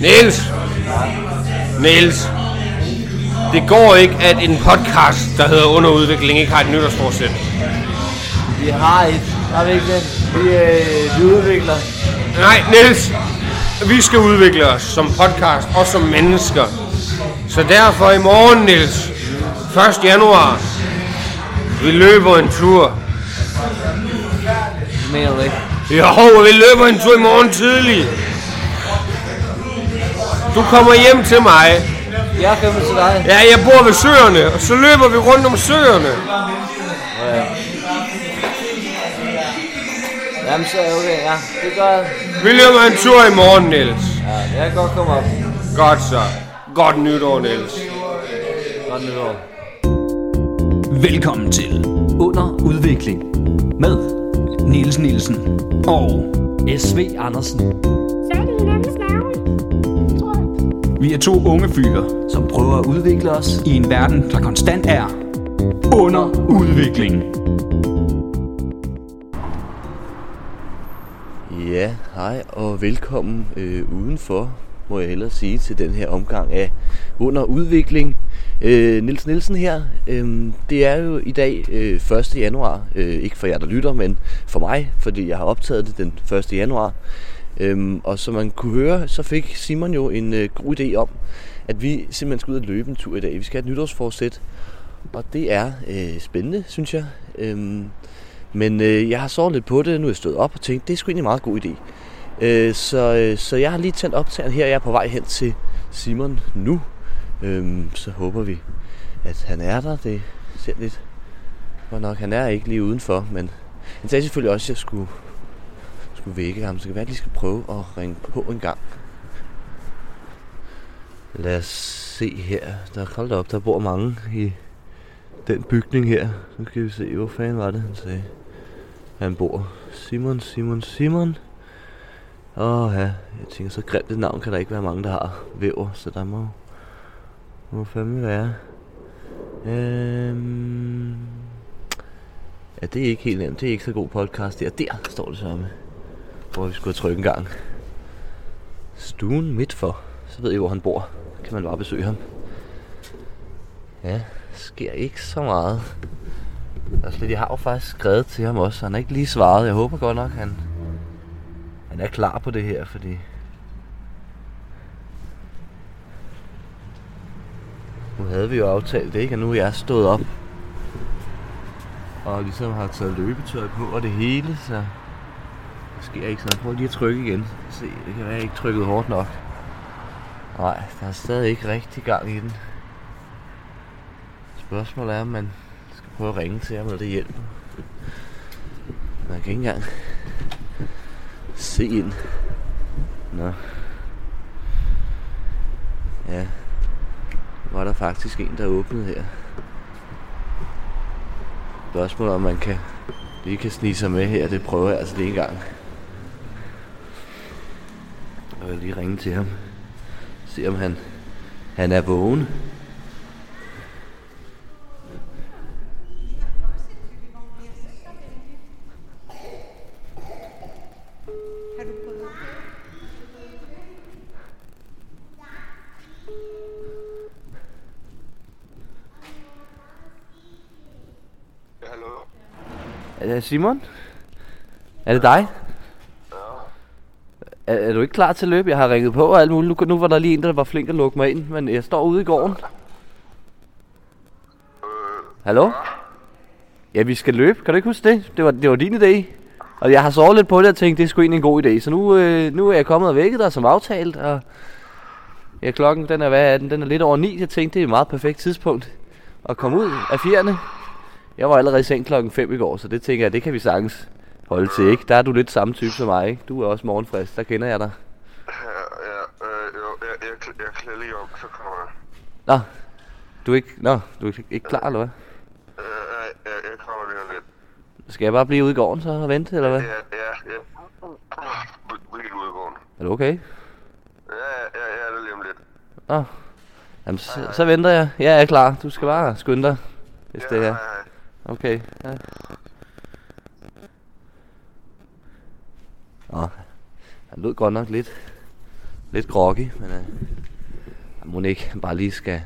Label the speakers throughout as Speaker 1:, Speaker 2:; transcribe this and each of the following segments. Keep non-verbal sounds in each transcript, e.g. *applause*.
Speaker 1: Niels! Niels! Det går ikke, at en podcast, der hedder Underudvikling, ikke har et nytårsforsæt.
Speaker 2: Vi har et. Har vi ikke det? Vi, øh, vi udvikler.
Speaker 1: Nej, Niels! Vi skal udvikle os som podcast og som mennesker. Så derfor i morgen, Niels, 1. januar, vi løber en tur.
Speaker 2: Det mener du ikke.
Speaker 1: Jo, vi løber en tur i morgen tidlig. Du kommer hjem til mig.
Speaker 2: Jeg kommer til dig.
Speaker 1: Ja, jeg bor ved søerne, og så løber vi rundt om søerne.
Speaker 2: Jamen så er okay, ja. Det gør jeg.
Speaker 1: Vi løber en tur i morgen, Niels.
Speaker 2: Ja, jeg kan godt komme op.
Speaker 1: Godt så. Godt nytår, Niels.
Speaker 2: Godt nytår.
Speaker 3: Velkommen til Under Udvikling med Niels Nielsen og SV Andersen.
Speaker 4: Så er det hinandens navn. Tror jeg.
Speaker 3: Vi er to unge fyre
Speaker 2: Som prøver at udvikle os.
Speaker 3: i en verden, der konstant er under udvikling.
Speaker 5: Ja, hej og velkommen øh, udenfor, må jeg hellere sige, til den her omgang af Under Udvikling. Øh, Nils Nielsen her. Øh, det er jo i dag øh, 1. januar, øh, ikke for jer, der lytter, men for mig, fordi jeg har optaget det den 1. januar. Øhm, og som man kunne høre, så fik Simon jo en øh, god idé om, at vi simpelthen skal ud og løbe en tur i dag. Vi skal have et nytårsforsæt, og det er øh, spændende, synes jeg. Øhm, men øh, jeg har sovet lidt på det, nu er jeg stået op og tænkt, det er sgu egentlig en meget god idé. Øh, så, øh, så jeg har lige tændt optageren her, jeg er på vej hen til Simon nu. Øhm, så håber vi, at han er der. Det ser lidt, hvor nok han er ikke lige udenfor, men han sagde selvfølgelig også, at jeg skulle, skulle vække ham. Så det kan være, at jeg lige skal prøve at ringe på en gang. Lad os se her. Der, hold da op, der bor mange i den bygning her. Nu skal vi se, hvor fanden var det, han sagde. Han bor. Simon, Simon, Simon. Åh ja, jeg tænker, så grimt et navn kan der ikke være mange, der har væver, så der må, må fandme være. Øhm, ja, det er ikke helt nemt. Det er ikke så god podcast der. Der står det samme. Hvor vi skulle have trykket en gang. Stuen midt for. Så ved jeg, hvor han bor. Så kan man bare besøge ham. Ja, sker ikke så meget. Altså, jeg har jo faktisk skrevet til ham også, og han har ikke lige svaret. Jeg håber godt nok, han, han er klar på det her, fordi... Nu havde vi jo aftalt det, ikke? Og nu er jeg stået op og ligesom har taget løbetøj på og det hele, så der sker ikke sådan. Prøv lige at trykke igen. Se, det kan være, jeg ikke trykket hårdt nok. Nej, der er stadig ikke rigtig gang i den. Spørgsmålet er, om man skal prøve at ringe til ham, når det hjælper. Man kan ikke engang se ind. Nå. Ja. Nu var der faktisk en, der åbnede her. Spørgsmålet er, om man kan lige kan snige sig med her. Det prøver jeg altså lige en gang. Jeg vil lige ringe til ham. Se om han, han er vågen.
Speaker 6: Ja, hallo.
Speaker 5: Er det Simon? Er det dig? Er, er du ikke klar til at løbe? Jeg har ringet på og alt muligt. Nu, nu var der lige en, der var flink at lukke mig ind, men jeg står ude i gården. Hallo? Ja, vi skal løbe. Kan du ikke huske det? Det var, det var din idé. Og jeg har sovet lidt på det og tænkt, det er sgu egentlig en god idé. Så nu, øh, nu er jeg kommet og vækket dig som aftalt. Og ja, klokken den er, hvad er den? Den er lidt over ni. Jeg tænkte, det er et meget perfekt tidspunkt at komme ud af fjerne. Jeg var allerede i seng klokken 5 i går, så det tænker jeg, det kan vi sagtens holde til, ikke? Der er du lidt samme type som mig, ikke? Du er også morgenfrisk, der kender jeg dig.
Speaker 6: Ja, ja, øh, jo, jeg, jeg, kl- jeg klæder lige om, så kommer jeg.
Speaker 5: Nå, du er ikke, nå, du er ikke klar, eller hvad?
Speaker 6: Øh, nej, jeg, jeg kommer lige om lidt.
Speaker 5: Skal jeg bare blive ude i gården så og vente, eller hvad?
Speaker 6: Ja, ja, ja. Vi kan ud i gården.
Speaker 5: Er du okay?
Speaker 6: Ja, ja, ja, jeg er der lige om lidt.
Speaker 5: Nå, Jamen, så, så venter jeg. Jeg er klar. Du skal bare skynde dig, hvis det er.
Speaker 6: hej, hej.
Speaker 5: Okay, ja. Nå, han lød godt nok lidt lidt groggy, men øh, må ikke han bare lige skal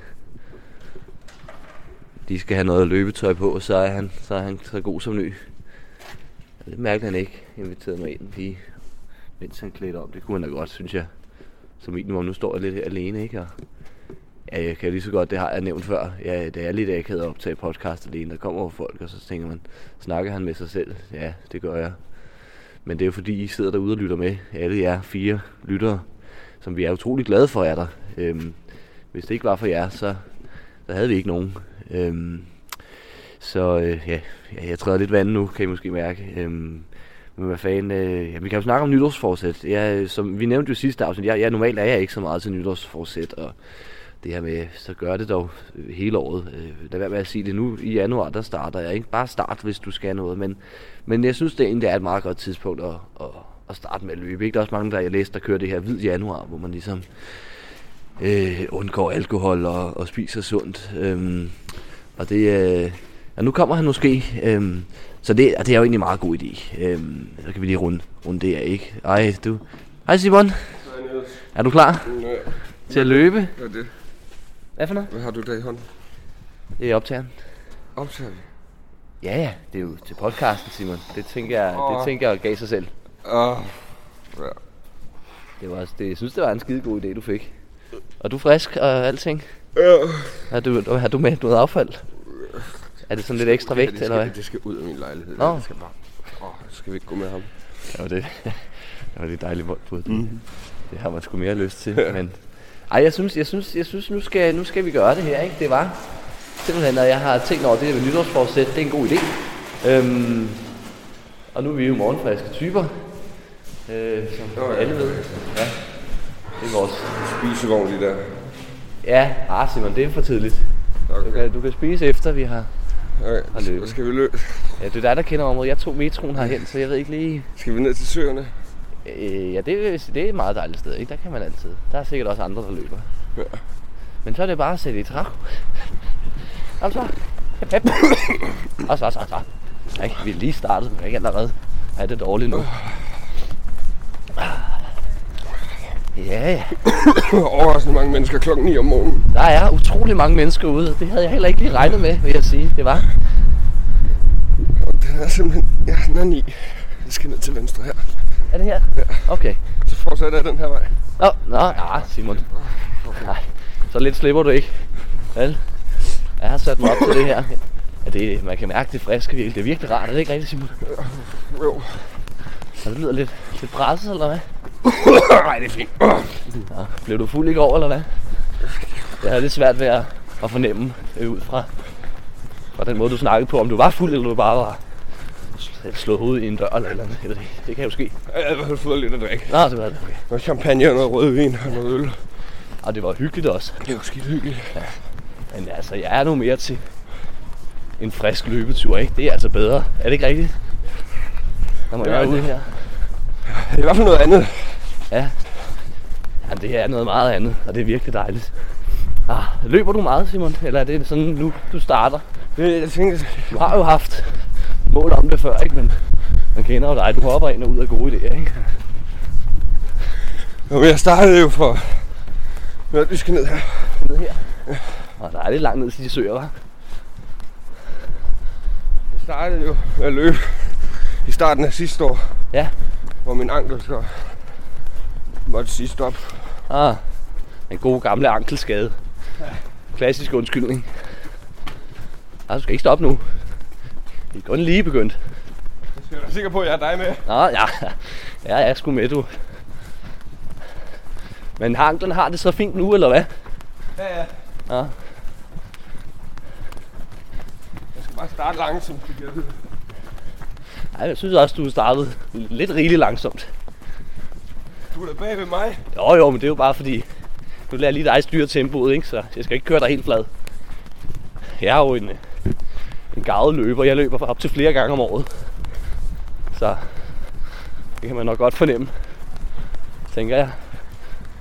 Speaker 5: de skal have noget løbetøj på, så er han så, er han så god som ny. Det er lidt mærkeligt, at han ikke inviterede mig ind lige, mens han klædte om. Det kunne han da godt, synes jeg. Som minimum, nu står jeg lidt alene, ikke? Og Ja, jeg kan lige så godt, det har jeg nævnt før. Ja, det er lidt akavet at optage podcast alene. Der kommer jo folk, og så tænker man, snakker han med sig selv? Ja, det gør jeg. Men det er jo fordi, I sidder derude og lytter med. Alle jer fire lyttere, som vi er utrolig glade for, er der. Øhm, hvis det ikke var for jer, så, så havde vi ikke nogen. Øhm, så øh, ja, ja, jeg træder lidt vand nu, kan I måske mærke. Øhm, men hvad fanden, øh, ja, vi kan jo snakke om nytårsforsæt. Jeg, som vi nævnte jo sidste afsnit, jeg, jeg, normalt er jeg ikke så meget til nytårsforsæt, og det her med, så gør det dog øh, hele året. Øh, lad være med at sige det nu i januar, der starter jeg. Ikke bare start, hvis du skal noget, men, men jeg synes det egentlig det er et meget godt tidspunkt at, at, at starte med at løbe. Ikke? Der er også mange, der jeg læste, der kører det her hvid januar, hvor man ligesom øh, undgår alkohol og, og spiser sundt. Øhm, og det, øh, ja, nu kommer han måske, øhm, så det, og det er jo egentlig en meget god idé. Øhm, så kan vi lige runde, runde det her, ikke? Ej, du. Hej Simon, er du klar til at løbe?
Speaker 6: Hvad er det?
Speaker 5: Hvad for noget?
Speaker 6: Hvad har du der i hånden?
Speaker 5: Det er optageren.
Speaker 6: Optager vi?
Speaker 5: Ja, ja, det er jo til podcasten, Simon. Det tænker jeg, det tænker jeg gav sig selv.
Speaker 6: Åh,
Speaker 5: Det var, også- det, jeg synes, det var en skide god idé, du fik. Og du er frisk og alting?
Speaker 6: øh.
Speaker 5: Har du, har du med noget affald? Er det sådan lidt ekstra
Speaker 6: Det her,
Speaker 5: vægt,
Speaker 6: det skal,
Speaker 5: eller hvad?
Speaker 6: Det skal ud af min lejlighed.
Speaker 5: Nå.
Speaker 6: Det skal bare... Åh, så skal vi ikke gå med ham? Mhm.
Speaker 5: Ja, det, *laughs* det var det dejlige voldbud. Mm. Det har man sgu mere lyst til, men... Ej, jeg synes, jeg synes, jeg synes nu, skal, nu skal vi gøre det her, ikke? Det var simpelthen, når jeg har tænkt over det der med nytårsforsæt, det er en god idé. Øhm, og nu er vi jo morgenfriske typer, øh, som
Speaker 6: Nå, ja.
Speaker 5: alle ved. Ja, det er vores...
Speaker 6: Spisevogn lige der.
Speaker 5: Ja, ah, Simon, det er for tidligt. Du
Speaker 6: Okay.
Speaker 5: kan, du kan spise efter, vi har... Og
Speaker 6: okay.
Speaker 5: løbe.
Speaker 6: Så skal vi løbe.
Speaker 5: Ja, det er dig, der kender området. Jeg tog metroen herhen, så jeg ved ikke lige...
Speaker 6: Skal vi ned til søerne?
Speaker 5: Øh, ja, det, er- det er et meget dejligt sted, ikke? Der kan man altid. Der er sikkert også andre, der løber.
Speaker 6: Ja.
Speaker 5: Men så er det bare at sætte i trav. Altså, hep, hep. Og så, så, så. Ikke? Vi er lige startet, men ikke allerede. Er det dårligt nu? Ja, ja.
Speaker 6: Overraskende mange mennesker klokken 9 om morgenen.
Speaker 5: Der er utrolig mange mennesker ude. Det havde jeg heller ikke lige regnet med, vil jeg sige. Det var.
Speaker 6: Den er simpelthen... Ja, den er 9. Jeg skal ned til venstre her.
Speaker 5: Er det her? Okay.
Speaker 6: Så fortsætter jeg den her vej.
Speaker 5: Nå, nå, ja, Simon. Nej, så lidt slipper du ikke. Vel? Jeg har sat mig op til det her. Ja, det, man kan mærke det friske virkelig. Det er virkelig rart, er det ikke rigtigt, Simon?
Speaker 6: Jo.
Speaker 5: Så det lyder lidt, lidt presset, eller hvad?
Speaker 6: Nej, det er fint.
Speaker 5: Nå, blev du fuld i går, eller hvad? Jeg havde lidt svært ved at, at fornemme øh, ud fra, fra den måde, du snakkede på, om du var fuld, eller du bare var sl- slået hovedet i en dør, eller, et eller andet. Jeg ved det ikke. Det kan jo ske.
Speaker 6: Jeg har i hvert fald fået lidt at drikke.
Speaker 5: Nå, det var det. Okay.
Speaker 6: Noget champagne og noget rødvin og noget øl.
Speaker 5: Og det var hyggeligt også.
Speaker 6: Det er jo skidt hyggeligt.
Speaker 5: Men altså, jeg er nu mere til en frisk løbetur, ikke? Det er altså bedre. Er det ikke rigtigt? Der må
Speaker 6: Det er
Speaker 5: jeg ud
Speaker 6: rigtigt.
Speaker 5: her.
Speaker 6: Det er i hvert fald noget andet.
Speaker 5: Ja. Jamen, det her er noget meget andet, og det er virkelig dejligt. Ah, løber du meget, Simon? Eller er det sådan nu, du starter?
Speaker 6: Jeg, jeg tænkte,
Speaker 5: Du har jo haft mål om det før, ikke? Men man kender jo dig. Du hopper ind og ud af gode idéer, ikke?
Speaker 6: jo, jeg startede jo for... Nå, vi skal ned her.
Speaker 5: Ned her. Og der er lidt langt ned til de søer, hva'?
Speaker 6: Jeg startede jo med at løbe i starten af sidste år,
Speaker 5: Ja.
Speaker 6: hvor min ankel så måtte sige stop.
Speaker 5: Ah, den gode gamle ankelskade. Klassisk undskyldning. Ej, du skal ikke stoppe nu. Det er kun lige begyndt.
Speaker 6: Jeg er sikker på, at jeg er dig med.
Speaker 5: Nå, ja, ja, jeg er sgu med, du. Men har anklen har det så fint nu, eller hvad?
Speaker 6: Ja, ja.
Speaker 5: Ja.
Speaker 6: Jeg skal bare starte langsomt. fik jeg at vide.
Speaker 5: Ej, jeg synes også, du startede lidt rigeligt langsomt.
Speaker 6: Du er da bag ved mig.
Speaker 5: Jo, jo, men det er jo bare fordi, nu lader jeg lige dig styre tempoet, ikke? Så jeg skal ikke køre dig helt flad. Jeg er jo en, øh, en gavet løber. Jeg løber op til flere gange om året. Så det kan man nok godt fornemme. Tænker jeg.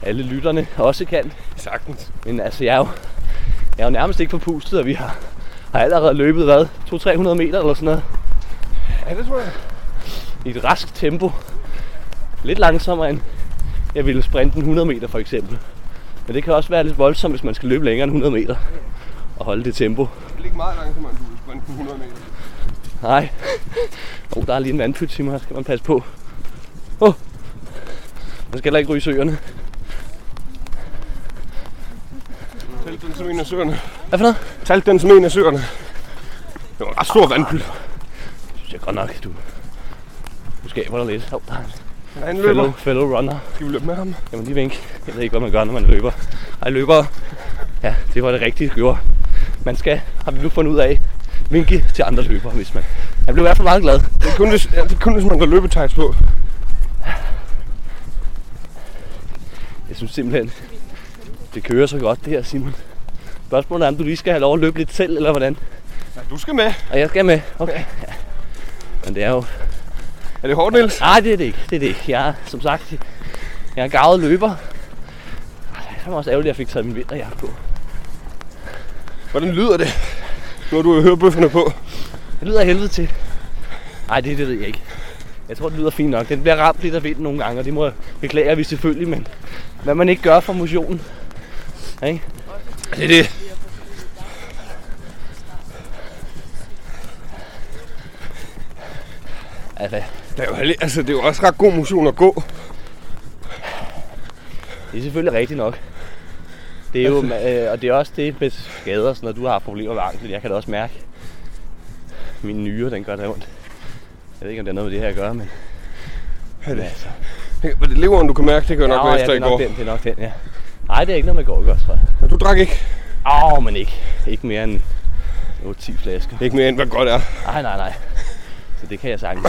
Speaker 5: Alle lytterne også kan.
Speaker 6: Sagtens.
Speaker 5: Men altså, jeg er jo, jeg er jo nærmest ikke forpustet, og vi har, har allerede løbet, hvad? 200-300 meter eller sådan noget.
Speaker 6: Ja, det tror jeg.
Speaker 5: I et raskt tempo. Lidt langsommere end jeg ville sprinte en 100 meter for eksempel. Men det kan også være lidt voldsomt, hvis man skal løbe længere end 100 meter og holde det tempo.
Speaker 7: Det ligger meget langt, man kunne sprinte 100 meter.
Speaker 5: Nej. Oh, der er lige en vandpyt, Simon. Her skal man passe på. Åh. Oh. Man skal heller ikke ryge i søerne.
Speaker 7: Talt den som en af søerne.
Speaker 5: Hvad for noget?
Speaker 7: Talt den som en af søerne. Det var en ret stor vandpyt.
Speaker 5: Det synes jeg godt nok, du... Du skaber dig lidt. Oh, der er en
Speaker 7: Han
Speaker 5: fellow,
Speaker 7: løber.
Speaker 5: fellow runner.
Speaker 7: Skal vi løbe med ham?
Speaker 5: Kan man lige vinke? Jeg ved ikke, hvad man gør, når man løber. Hej løbere. Ja, det var det rigtige, vi gjorde. Man skal, har vi nu fundet ud af, vinke til andre løbere, hvis man... Han blev i hvert fald meget glad.
Speaker 7: Det er kun, hvis, ja, det er kun, hvis man går løbetegns på.
Speaker 5: Jeg synes simpelthen, det kører så godt det her, Simon. Spørgsmålet er, om du lige skal have lov at løbe lidt selv, eller hvordan?
Speaker 7: Ja, du skal med.
Speaker 5: Og jeg skal med. Okay. *laughs* Ja. Men det er jo...
Speaker 7: Er det hårdt, Niels?
Speaker 5: Nej, det er det ikke. Det er det ikke. Jeg er, som sagt, jeg er en gavet løber. Ej, Det var også ærgerligt, at jeg fik taget min vinterjakke på.
Speaker 7: Hvordan lyder det, når du hører bøfferne på?
Speaker 5: Det lyder af helvede til. Nej, det, det ved jeg ikke. Jeg tror, det lyder fint nok. Den bliver ramt lidt af vinden nogle gange, og det må jeg beklage vi selvfølgelig, men hvad man ikke gør for motionen. Ikke?
Speaker 7: Det er det.
Speaker 5: Altså,
Speaker 7: Det er jo, heller- altså, det er jo også ret god motion at gå.
Speaker 5: det er selvfølgelig rigtigt nok. Det
Speaker 7: *laughs*
Speaker 5: er jo, øh, og det er også det med skader, sådan, når du har problemer med anklen. Jeg kan da også mærke, min nyre, den gør da ondt. Jeg ved ikke, om det er noget med det her at gøre, men... men altså,
Speaker 7: Det- Var det leveren, du kan mærke? Det kan jo nok
Speaker 5: Nå,
Speaker 7: være
Speaker 5: ja,
Speaker 7: efter
Speaker 5: det
Speaker 7: i
Speaker 5: er
Speaker 7: går.
Speaker 5: nok den, det er nok den, ja. Nej, det er ikke noget med går, også, tror jeg.
Speaker 7: Og Du drak ikke?
Speaker 5: Åh, oh, men ikke. Ikke mere end 8-10 flasker.
Speaker 7: Ikke mere end, hvad godt er.
Speaker 5: Nej, nej, nej. Så det kan jeg sagtens.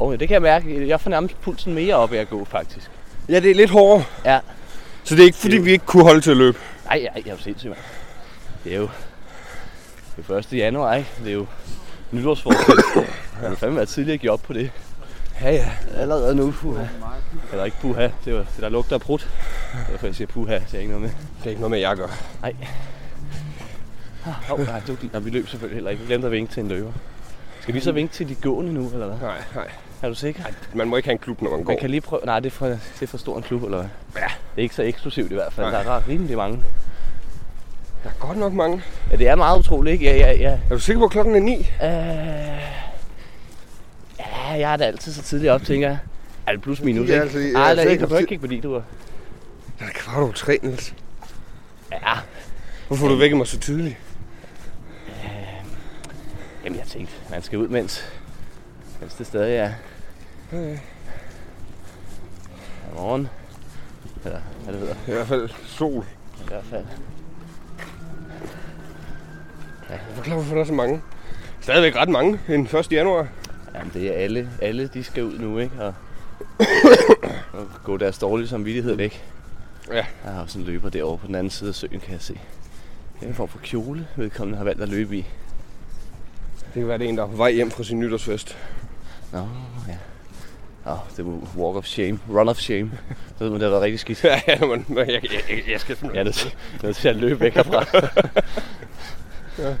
Speaker 5: Jo, det kan jeg mærke. Jeg får nærmest pulsen mere op af at gå, faktisk.
Speaker 7: Ja, det er lidt hårdere.
Speaker 5: Ja.
Speaker 7: Så det er ikke, fordi vi ikke kunne holde til at løbe.
Speaker 5: Nej, nej, jeg er jo sindssyg, mand. Det er jo det er 1. januar, ikke? Det er jo nytårsforsæt. Jeg har fandme været tidligere at give op på det.
Speaker 7: Ja, ja.
Speaker 5: Allerede nu, puha. Eller ikke puha, det var det, der lugter af brudt. Derfor jeg siger puha, så jeg ikke noget med.
Speaker 7: Det er ikke noget med, jeg gør.
Speaker 5: Nej. Oh, nej, du, nej, vi løb selvfølgelig heller ikke. Vi glemte at vinke til en løber. Skal
Speaker 7: Mm.
Speaker 5: vi så vinke til de gående nu, eller hvad?
Speaker 7: Nej, nej.
Speaker 5: Er du sikker?
Speaker 7: Man må ikke have en klub, når man går.
Speaker 5: Man kan lige prøve... Nej, det er for, det er for stor en klub, eller hvad?
Speaker 7: Ja.
Speaker 5: Det er ikke så eksklusivt i hvert fald.
Speaker 7: Nej.
Speaker 5: Der er rimelig mange.
Speaker 7: Der er godt nok mange.
Speaker 5: Ja, det er meget utroligt, ikke? Ja, ja, ja.
Speaker 7: Er du sikker på, at klokken er 9?
Speaker 5: Øh... Ja, jeg er da altid så tidligt op, tænker jeg. Er det plus minus,
Speaker 7: Ja,
Speaker 5: ikke?
Speaker 7: altså, ja,
Speaker 5: Nej,
Speaker 7: altså,
Speaker 5: altså,
Speaker 7: ikke-
Speaker 5: ikke. Du kan ikke kigge på de, du er.
Speaker 7: Der er kvart over tre, Niels.
Speaker 5: Ja.
Speaker 7: Hvorfor har du vækket mig så tidligt?
Speaker 5: Jamen, jeg tænkte, man skal ud, mens, mens det stadig er. er morgen. Eller hvad det hedder,
Speaker 7: I hvert fald sol.
Speaker 5: i hvert fald.
Speaker 7: Hvor klar, hvorfor er der så mange? Stadigvæk ret mange end 1. januar.
Speaker 5: Jamen, det er alle. Alle, de skal ud nu, ikke? Og, og gå deres dårlige samvittighed væk.
Speaker 7: Ja.
Speaker 5: Der er også en løber derovre på den anden side af søen, kan jeg se. Det er en form for kjole, vedkommende har valgt at løbe i.
Speaker 7: Det kan være, det er en, der er på vej hjem fra sin nytårsfest.
Speaker 5: Nå, ja. Nå, det var walk of shame. Run of shame. Så ved man, det har været rigtig
Speaker 7: *laughs*
Speaker 5: skidt.
Speaker 7: ja, ja, men men jeg, jeg, jeg, jeg skal
Speaker 5: Ja,
Speaker 7: simpelthen.
Speaker 5: det er nødt til at løbe
Speaker 7: *laughs*
Speaker 5: væk herfra.
Speaker 7: Ja.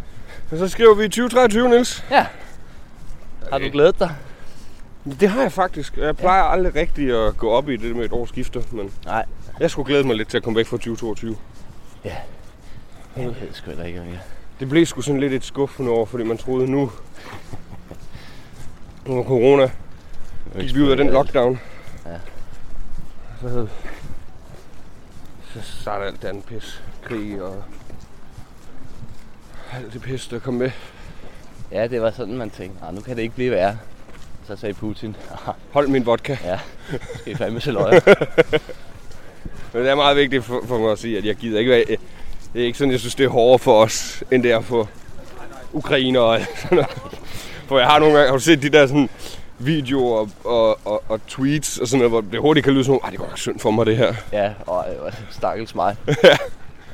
Speaker 7: Så skriver vi 2023, Niels.
Speaker 5: Har du glædet dig?
Speaker 7: Det har jeg faktisk. Jeg plejer ja. aldrig rigtigt at gå op i det med et års skifter, men
Speaker 5: Nej.
Speaker 7: jeg skulle glæde mig lidt til at komme væk fra 2022.
Speaker 5: Jeg ved sgu heller ikke, om jeg...
Speaker 7: Det blev sgu sådan lidt et skuffende år, fordi man troede nu, nu var corona, gik vi ud af den lockdown.
Speaker 5: Ja.
Speaker 7: Så havde så startede alt det andet pis, krig og alt det pis, der kom med.
Speaker 5: Ja, det var sådan, man tænkte, "Nå, nu kan det ikke blive værre. Så sagde Putin, "Ah,
Speaker 7: Hold min vodka.
Speaker 5: skal I fandme
Speaker 7: *laughs*
Speaker 5: se løjer.
Speaker 7: Men det er meget vigtigt for, for mig at sige, at jeg gider ikke være... øh, Det er ikke sådan, jeg synes, det er hårdere for os, end det er for ukrainer og sådan noget. For jeg har nogle gange... Har du set de der sådan videoer og, og, og, og tweets og sådan noget, hvor det hurtigt kan lyde som om, "Ej, det går nok synd for mig, det her.
Speaker 5: ja, og øh, stakkels mig.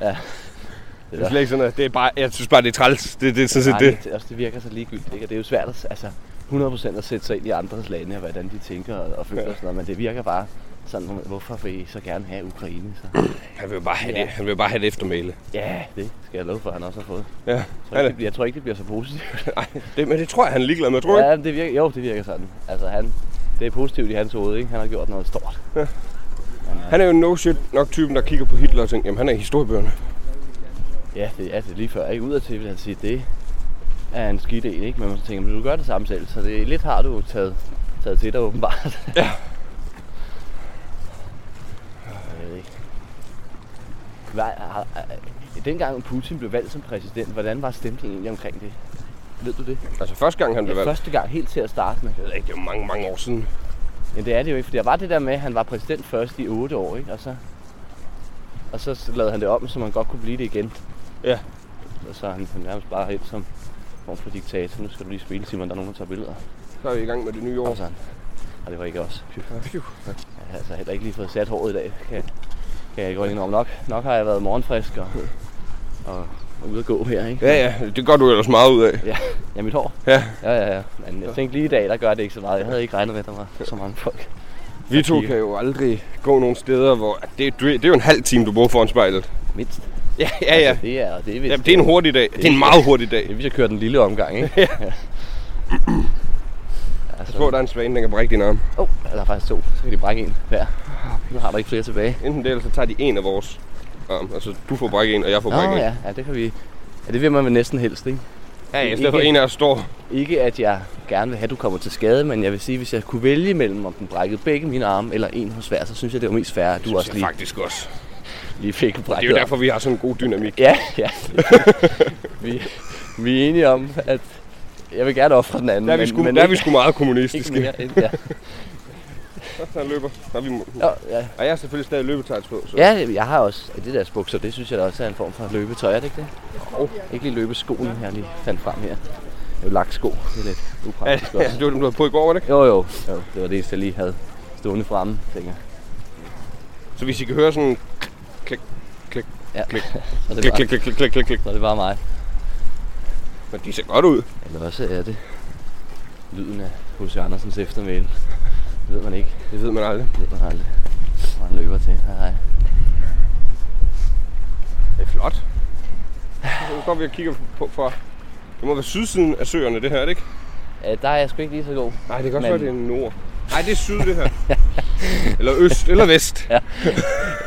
Speaker 7: Det er slet ikke sådan, at det er bare... Jeg synes bare, det er træls. Det, det er sådan set
Speaker 5: Nej,
Speaker 7: det.
Speaker 5: det, altså, det virker så ligegyldigt, ikke? Og det er jo svært at, altså, 100% at sætte sig ind i andres lande og hvordan de tænker og, og føler
Speaker 7: Ja.
Speaker 5: og sådan noget, men det virker bare sådan, "Hm, hvorfor vil I så gerne have Ukraine? Så?
Speaker 7: Han vil jo bare have
Speaker 5: Ja.
Speaker 7: det. Han vil jo bare have det eftermæle. *laughs*
Speaker 5: Ja, det skal jeg love for, at han også har fået.
Speaker 7: Ja.
Speaker 5: Jeg tror
Speaker 7: Han
Speaker 5: ikke,
Speaker 7: er,
Speaker 5: det bliver, jeg tror ikke, det bliver så positivt.
Speaker 7: det, men det tror jeg, han er ligeglad med, tror du ikke?
Speaker 5: Ja, men det virker, jo, det virker sådan. Altså, han, det er positivt i hans hoved, ikke? Han har gjort noget stort.
Speaker 7: Han er jo no shit nok typen, der kigger på Hitler og tænker, jamen han er i historiebøgerne.
Speaker 5: Ja, det er det lige før. Ikke udadtil til, vil han sige, det er en skidt idé, ikke? Men man tænker, men du gør det samme selv, så det, lidt har du jo taget, taget til dig åbenbart. Ja. *laughs* Jeg ved ikke. Hvad, har, øh, dengang Putin blev valgt som præsident, hvordan var stemningen egentlig omkring det? Ved du det?
Speaker 7: Altså første gang han blev
Speaker 5: Ja,
Speaker 7: valgt.
Speaker 5: første gang, helt til at starte med.
Speaker 7: Jeg ved ikke, det er jo mange, mange år siden.
Speaker 5: Men det er det jo ikke, for der var det der med, at han var præsident først i 8 år, ikke? Og så, og så lavede han det om, så man godt kunne blive det igen.
Speaker 7: Ja.
Speaker 5: Og så er han nærmest bare helt som form for diktator. Nu skal du lige spille, Simon, der er nogen, der tager billeder.
Speaker 7: Så er vi i gang med det nye år.
Speaker 5: Og sådan. Og det var ikke os. Pju.
Speaker 7: Pju.
Speaker 5: Jeg har altså heller ikke lige fået sat håret i dag. Kan, kan jeg ikke ringe om nok. Nok har jeg været morgenfrisk og, og, og ude at gå her, ikke?
Speaker 7: Ja, ja, det gør du ellers meget ud af.
Speaker 5: Ja, ja mit hår.
Speaker 7: Ja.
Speaker 5: Ja, ja, ja. Men jeg tænkte lige i dag, der gør det ikke så meget. Jeg havde ikke regnet med, at der var så mange folk.
Speaker 7: Vi to
Speaker 5: kigger.
Speaker 7: kan jo aldrig gå nogle steder, hvor... Det, det, det er jo en halv time, du bruger foran spejlet.
Speaker 5: Mindst.
Speaker 7: Ja, ja, ja.
Speaker 5: Det er, det er, vist-
Speaker 7: Jamen, det er en hurtig dag. Det er en meget hurtig dag.
Speaker 5: Det er, hvis jeg kører den lille omgang, ikke?
Speaker 7: *laughs*
Speaker 5: ja.
Speaker 7: Jeg tror, der er en svane, der kan brække din arm.
Speaker 5: Åh, oh, der er faktisk to. Så kan de brække en hver. Nu har der ikke flere tilbage.
Speaker 7: Enten det, eller så tager de en af vores arm. Altså, du får brække en, og jeg får
Speaker 5: Nå,
Speaker 7: brække en.
Speaker 5: ja. ja, det kan vi... Ja, det vil man vel næsten helst, ikke?
Speaker 7: Ja, i stedet for
Speaker 5: Ikke-
Speaker 7: en af os står.
Speaker 5: Ikke at jeg gerne vil have, at du kommer til skade, men jeg vil sige, hvis jeg kunne vælge mellem, om den brækkede begge mine arme eller en hos hver, så synes jeg, det var mest fair, at du også lige,
Speaker 7: Faktisk også.
Speaker 5: lige fik brækket
Speaker 7: Det er jo derfor, vi har sådan en god dynamik.
Speaker 5: Ja, ja. *laughs* vi, vi er enige om, at jeg vil gerne ofre den anden.
Speaker 7: Der er vi
Speaker 5: men-
Speaker 7: sgu,
Speaker 5: men
Speaker 7: der er vi
Speaker 5: ikke-
Speaker 7: sgu meget
Speaker 5: ikke
Speaker 7: kommunistiske.
Speaker 5: mere end, ja.
Speaker 7: Så han løber. Så er vi...
Speaker 5: Nå, ja.
Speaker 7: Og jeg har selvfølgelig stadig løbetegns på, så...
Speaker 5: ja, jeg har også det der bukser, det synes jeg da også er en form for løbetøj, er det ikke det?
Speaker 7: Jo.
Speaker 5: Ikke lige løbeskoen, jeg lige fandt frem her. Det er jo lagt sko, det er lidt upraktisk
Speaker 7: Ja,
Speaker 5: også.
Speaker 7: det var dem, du havde på i går, var det ikke?
Speaker 5: Jo, jo, jo, det var det eneste, jeg lige havde stående fremme, tænker jeg.
Speaker 7: Så hvis I kan høre sådan... Klik,
Speaker 5: Ja.
Speaker 7: Klik.
Speaker 5: Så er det
Speaker 7: klik,
Speaker 5: bare,
Speaker 7: klik, klik, klik, klik, klik, klik.
Speaker 5: så er det bare mig.
Speaker 7: Men de ser godt ud.
Speaker 5: Eller også er det lyden af H.C. Andersens eftermæle. Det ved man ikke.
Speaker 7: Det ved man aldrig.
Speaker 5: Det ved man aldrig. Hvor han løber til. Hej, hej.
Speaker 7: Det er flot. Så står vi og kigger på fra... Det må være sydsiden af søerne, det her, er det ikke?
Speaker 5: Øh, der er jeg sgu ikke lige så god.
Speaker 7: Nej, det kan
Speaker 5: også Men- være,
Speaker 7: det er nord. Nej, det er syd, det her. eller øst, eller vest.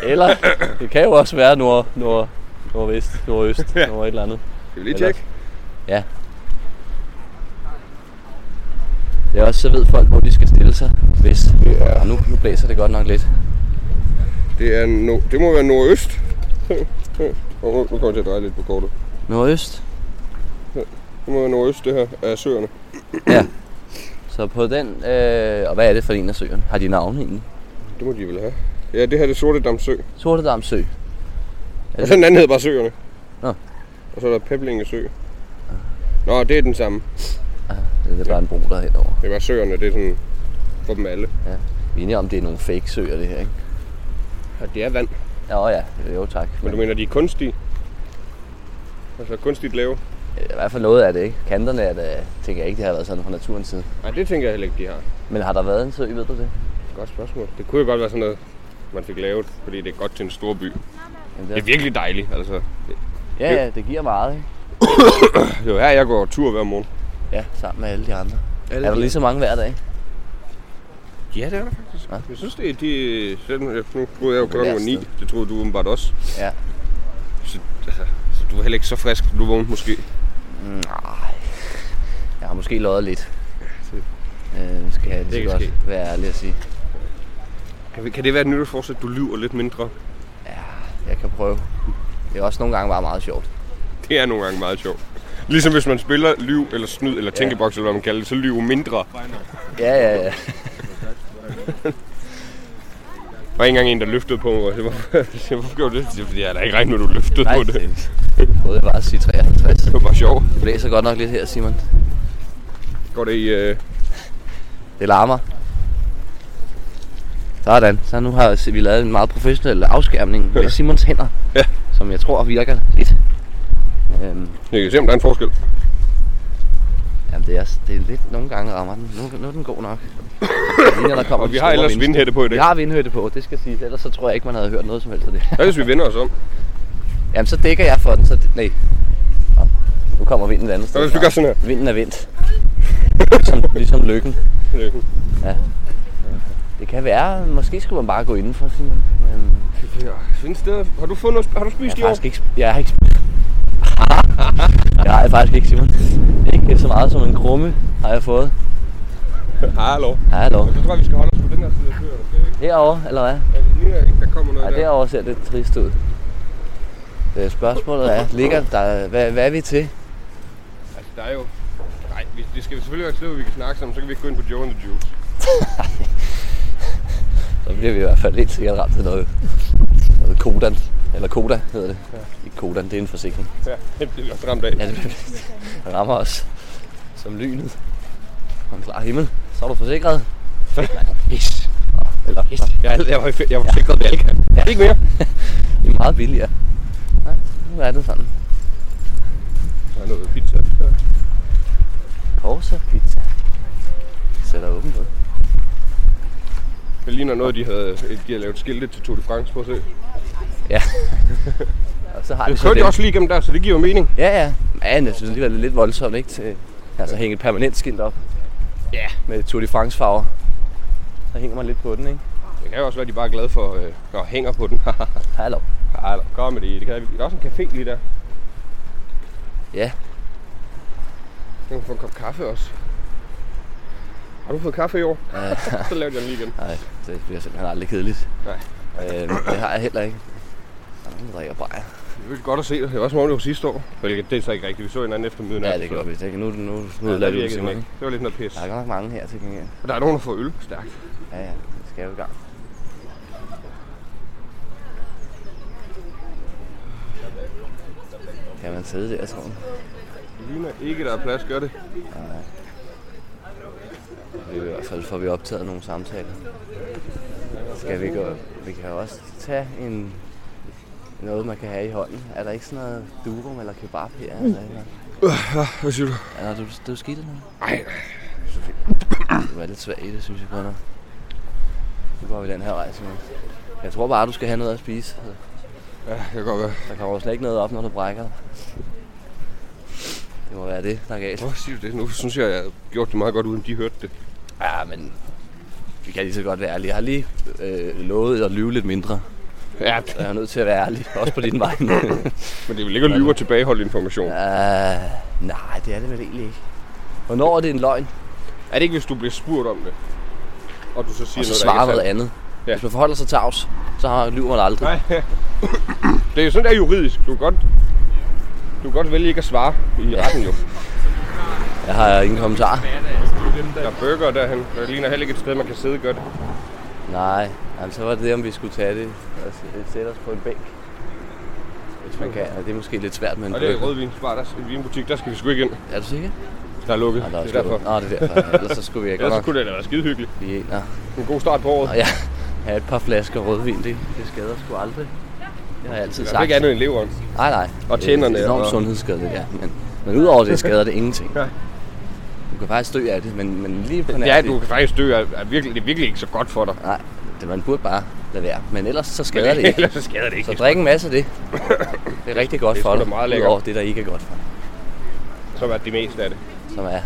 Speaker 5: Eller det kan jo også være nord, nord, nordvest, nordøst, ja. nord et eller andet.
Speaker 7: Skal vi lige
Speaker 5: Eller-
Speaker 7: tjekke?
Speaker 5: Det er også, så ved folk, hvor de skal stille sig. Vest. Ja. Og nu, nu blæser det godt nok lidt.
Speaker 7: Det, er no, det må være nordøst. Og nu, nu kommer jeg til at dreje lidt på kortet.
Speaker 5: Nordøst.
Speaker 7: Det må være nordøst, det her, af søerne.
Speaker 5: Så på den, øh, og hvad er det for en af søerne? Har de navne egentlig?
Speaker 7: Det må de vel have. Ja, det her det er Sorte Damsø.
Speaker 5: Sortedam Sø.
Speaker 7: Og så den anden hedder bare Søerne.
Speaker 5: Nå.
Speaker 7: Og så er der Peblinge Sø. Ah. Nå, det er den samme.
Speaker 5: Det er bare en bro, der er henover.
Speaker 7: Det er bare Søerne, det er sådan for dem alle.
Speaker 5: Vi er enige om, det er nogle fake søer, det her, ikke?
Speaker 7: Ja, det er vand.
Speaker 5: Ja, åh ja, jo tak.
Speaker 7: Men du mener, de er kunstige? Altså kunstigt lave?
Speaker 5: I hvert fald noget af det, ikke? Kanterne er det, tænker jeg ikke, det har været sådan fra naturens side.
Speaker 7: Nej, det tænker jeg heller ikke, de har.
Speaker 5: Men har der været en sø, ved du det?
Speaker 7: Godt spørgsmål. Det kunne jo godt være sådan noget, man fik lavet, fordi det er godt til en stor by. Det
Speaker 5: Jamen, det
Speaker 7: er virkelig dejligt, altså.
Speaker 5: ja, ja, det giver meget, ikke?
Speaker 7: Det er jo her, jeg går tur hver morgen.
Speaker 5: Ja, sammen med alle de andre. Er der ligesom- lige så mange hver dag?
Speaker 7: Ja, det er der faktisk.
Speaker 5: Nå.
Speaker 7: Jeg synes, det er de... selvom jeg- Nu troede jeg jo klokken var 9.
Speaker 5: Lærsted.
Speaker 7: Det troede du åbenbart også.
Speaker 5: Ja.
Speaker 7: Så, altså, så du var heller ikke så frisk, du vågnede måske.
Speaker 5: Nej. Jeg har måske løjet lidt. Øh, skal jeg lige
Speaker 7: kan
Speaker 5: så godt
Speaker 7: ske.
Speaker 5: være ærlig at sige.
Speaker 7: Kan, vi- kan det være et nytårsforsæt, du lyver lidt mindre?
Speaker 5: Jeg kan prøve. Det er også nogle gange bare meget sjovt.
Speaker 7: Det er nogle gange meget sjovt. Ligesom hvis man spiller lyv eller snyd eller tænkeboks, eller hvad man kalder det, så lyver mindre.
Speaker 5: Ja, ja, ja.
Speaker 7: Der var ikke engang en, der løftede på mig. og jeg var- *laughs* jeg sagde, Hvorfor gjorde du det? Jeg siger, Fordi jeg har da ikke regnet med, at du løftede
Speaker 5: Nej,
Speaker 7: på det.
Speaker 5: det prøvede jeg bare at sige 53.
Speaker 7: Det var bare sjovt.
Speaker 5: Det blæser godt nok lidt her, Simon.
Speaker 7: Går det i... Øh...
Speaker 5: Det larmer. Sådan, så nu har vi lavet en meget professionel afskærmning med Simons hænder,
Speaker 7: Ja.
Speaker 5: som jeg tror virker lidt. Øhm,
Speaker 7: Jeg kan se, om der er en forskel.
Speaker 5: jamen det er, også- det er lidt, nogle gange rammer den. Nu, nu er den god nok. Det ligner, der kommer
Speaker 7: Og vi
Speaker 5: de
Speaker 7: har
Speaker 5: store
Speaker 7: ellers
Speaker 5: vindstød.
Speaker 7: vindhætte på i
Speaker 5: Vi
Speaker 7: dag.
Speaker 5: har vindhøjde på, det skal siges. Ellers så tror jeg ikke, man havde hørt noget som helst af det.
Speaker 7: Ja, hvis vi vender os om.
Speaker 5: Jamen, så dækker jeg for den, så... Nej. Nå, Nu kommer vinden et andet
Speaker 7: Så
Speaker 5: sted.
Speaker 7: hvis vi
Speaker 5: fra.
Speaker 7: gør sådan her.
Speaker 5: Vinden er vendt. Ligesom, ligesom lykken.
Speaker 7: Det er ikke-
Speaker 5: Ja. Det kan være, måske skulle man bare gå indenfor, Simon. Øhm,
Speaker 7: Ja, find et sted. Har du, fundet, har du spist
Speaker 5: jeg
Speaker 7: i
Speaker 5: har
Speaker 7: år?
Speaker 5: faktisk ikke... sp- Jeg har ikke... sp- *laughs* jeg har faktisk ikke, Simon. Ikke så meget som en krumme har jeg fået.
Speaker 7: Hallo.
Speaker 5: Ja, hallo.
Speaker 7: Så tror jeg, vi skal holde os på den her side af køerne. Skal vi ikke?
Speaker 5: Derovre, eller hvad?
Speaker 7: Ja, det ligner ikke, der kommer noget
Speaker 5: Ja,
Speaker 7: der.
Speaker 5: derovre ser det trist ud. Øh, Spørgsmålet er, ligger der, hvad, hvad er vi til?
Speaker 7: Altså, der er jo... Nej, vi, det skal selvfølgelig være et sted, hvor vi kan snakke sammen. Så kan vi ikke gå ind på Joe and the Juice.
Speaker 5: Så bliver vi i hvert fald helt sikkert ramt af noget, noget kodan. Eller koda hedder det. Ikke kodan, det er en forsikring.
Speaker 7: Ja, *laughs* det bliver vi også ramt af.
Speaker 5: Ja, det bliver- rammer os som lynet. Og en klar himmel. Så er du forsikret. Fedt, mand. Yes. Eller,
Speaker 7: Jeg, jeg, var, jeg var forsikret ved Alkan.
Speaker 5: Ja.
Speaker 7: Ikke mere.
Speaker 5: det er meget billigere. Nej, nu er det sådan.
Speaker 7: Der er noget pizza.
Speaker 5: Corsa Pizza. Sætter åbent på.
Speaker 7: Det ligner noget, de havde, de havde lavet skilte til Tour de France. Prøv at se.
Speaker 5: Og så har de
Speaker 7: Det
Speaker 5: så
Speaker 7: kørte de
Speaker 5: den-
Speaker 7: også lige igennem der, så det giver jo mening.
Speaker 5: Ja, ja. Men jeg synes alligevel, det er lidt voldsomt, ikke? Til, altså hænge et permanent skilt op. Ja. Med Tour de France farver. Så hænger man lidt på den, ikke?
Speaker 7: Det kan jo også være, at de bare er glade for, øh, når hænger på den.
Speaker 5: *laughs* Hallo.
Speaker 7: Ej, der er comedy. Det kan, der er også en café lige der.
Speaker 5: Ja.
Speaker 7: Jeg kan få en kop kaffe også. Har du fået kaffe i år?
Speaker 5: Ja.
Speaker 7: *laughs* så lavede jeg den lige igen.
Speaker 5: Nej, det bliver simpelthen aldrig kedeligt.
Speaker 7: Nej.
Speaker 5: Øh, det har jeg heller ikke. Der er nogen, der drikker bajer.
Speaker 7: Det er virkelig godt at se dig. Det var også som om det var sidste år. Hvilket det er så ikke rigtigt. Vi så hinanden efter midnat.
Speaker 5: Ja, det gør vi. Det, nu, nu, nu, nu
Speaker 7: Ja,
Speaker 5: ja,
Speaker 7: der
Speaker 5: lader vi
Speaker 7: virkede
Speaker 5: ud,
Speaker 7: den
Speaker 5: Simon.
Speaker 7: ikke.
Speaker 5: ikke?
Speaker 7: Det var lidt noget pis.
Speaker 5: Der er godt nok mange her til gengæld.
Speaker 7: Og der er nogen, der får øl. Stærkt.
Speaker 5: Ja, ja. Det skal jo i gang. Kan man sidde der, tror jeg?
Speaker 7: Det ligner ikke, der er plads. Gør det.
Speaker 5: Vi i hvert fald får vi optaget nogle samtaler. Skal vi gå? Vi kan jo også tage en, noget, man kan have i hånden. Er der ikke sådan noget durum eller kebab her? Eller, eller?
Speaker 7: Hvad siger du?
Speaker 5: Mm. Er du, du skidt eller noget? Nej. Du er lidt svag i det, synes jeg godt nok. Nu går vi den her vej, Simon. Jeg tror bare, du skal have noget at spise.
Speaker 7: Ja, det kan godt være.
Speaker 5: Der kommer jo slet ikke noget op, når du brækker dig. Det må være det, der er galt.
Speaker 7: Hvorfor siger du det? Nu synes jeg, jeg har gjort det meget godt, uden de hørte det.
Speaker 5: Ja, men vi kan lige så godt være ærlige. Jeg har lige øh, lovet at lyve lidt mindre.
Speaker 7: Ja,
Speaker 5: Så jeg er nødt til at være ærlig, også på
Speaker 7: *laughs*
Speaker 5: din vej. Øh,
Speaker 7: men det vil ikke at lyve og tilbageholde information. Ja.
Speaker 5: uh, nej, det er det vel egentlig ikke. Hvornår er det en løgn,
Speaker 7: Er det ikke, hvis du bliver spurgt om det? Og du så siger
Speaker 5: og så
Speaker 7: noget,
Speaker 5: svarer
Speaker 7: der
Speaker 5: noget
Speaker 7: ikke er
Speaker 5: andet?
Speaker 7: Ja.
Speaker 5: Hvis man forholder sig tavs, så har lyver man aldrig.
Speaker 7: sandt? Nej. *coughs* det er jo sådan, der er juridisk. Du kan godt, du kan godt vælge ikke at svare i retten jo.
Speaker 5: Jeg har ingen kommentar.
Speaker 7: Der er burger derhen. Der ligner heller ikke et sted, man kan sidde godt.
Speaker 5: Nej, jamen, så var det det, om vi skulle tage det og s- sætte os på en bænk. Hvis man kan. Og det er måske lidt svært med en
Speaker 7: Og det er
Speaker 5: burger.
Speaker 7: rødvinsbar, der er en vinbutik, der skal vi sgu ikke ind.
Speaker 5: Er du sikker?
Speaker 7: Der er lukket.
Speaker 5: Nej,
Speaker 7: det er
Speaker 5: sgu
Speaker 7: derfor.
Speaker 5: lukket. Nå, det er *laughs* derfor. Ellers så skulle vi ikke
Speaker 7: Ellers så
Speaker 5: nok
Speaker 7: kunne det da være skide hyggeligt.
Speaker 5: blive en og,
Speaker 7: En god start på året.
Speaker 5: og ja, have et par flasker rødvin. Det, det skader sgu aldrig. Det har jeg altid
Speaker 7: Det er
Speaker 5: sagt.
Speaker 7: ikke andet end leveren.
Speaker 5: Nej, nej.
Speaker 7: Og tænderne
Speaker 5: Det er enormt
Speaker 7: og-
Speaker 5: sundhedsskadeligt, ja. Men, men udover det skader det ingenting.
Speaker 7: Nej.
Speaker 5: Du kan faktisk dø af det, men, men lige på nær
Speaker 7: Ja,
Speaker 5: det-
Speaker 7: du kan faktisk dø. Er, er virkelig, det er virkelig ikke så godt for dig.
Speaker 5: Nej, det, man burde bare lade være. Men ellers så skader det
Speaker 7: *laughs*
Speaker 5: ikke.
Speaker 7: Ellers så skader det ikke.
Speaker 5: Så drik en masse af
Speaker 7: *coughs*
Speaker 5: det. Det er rigtig godt
Speaker 7: Det er
Speaker 5: for
Speaker 7: sgu
Speaker 5: dig.
Speaker 7: da meget lækkert.
Speaker 5: udover det, der ikke er godt for dig.
Speaker 7: Som er det meste af det.
Speaker 5: Som er, er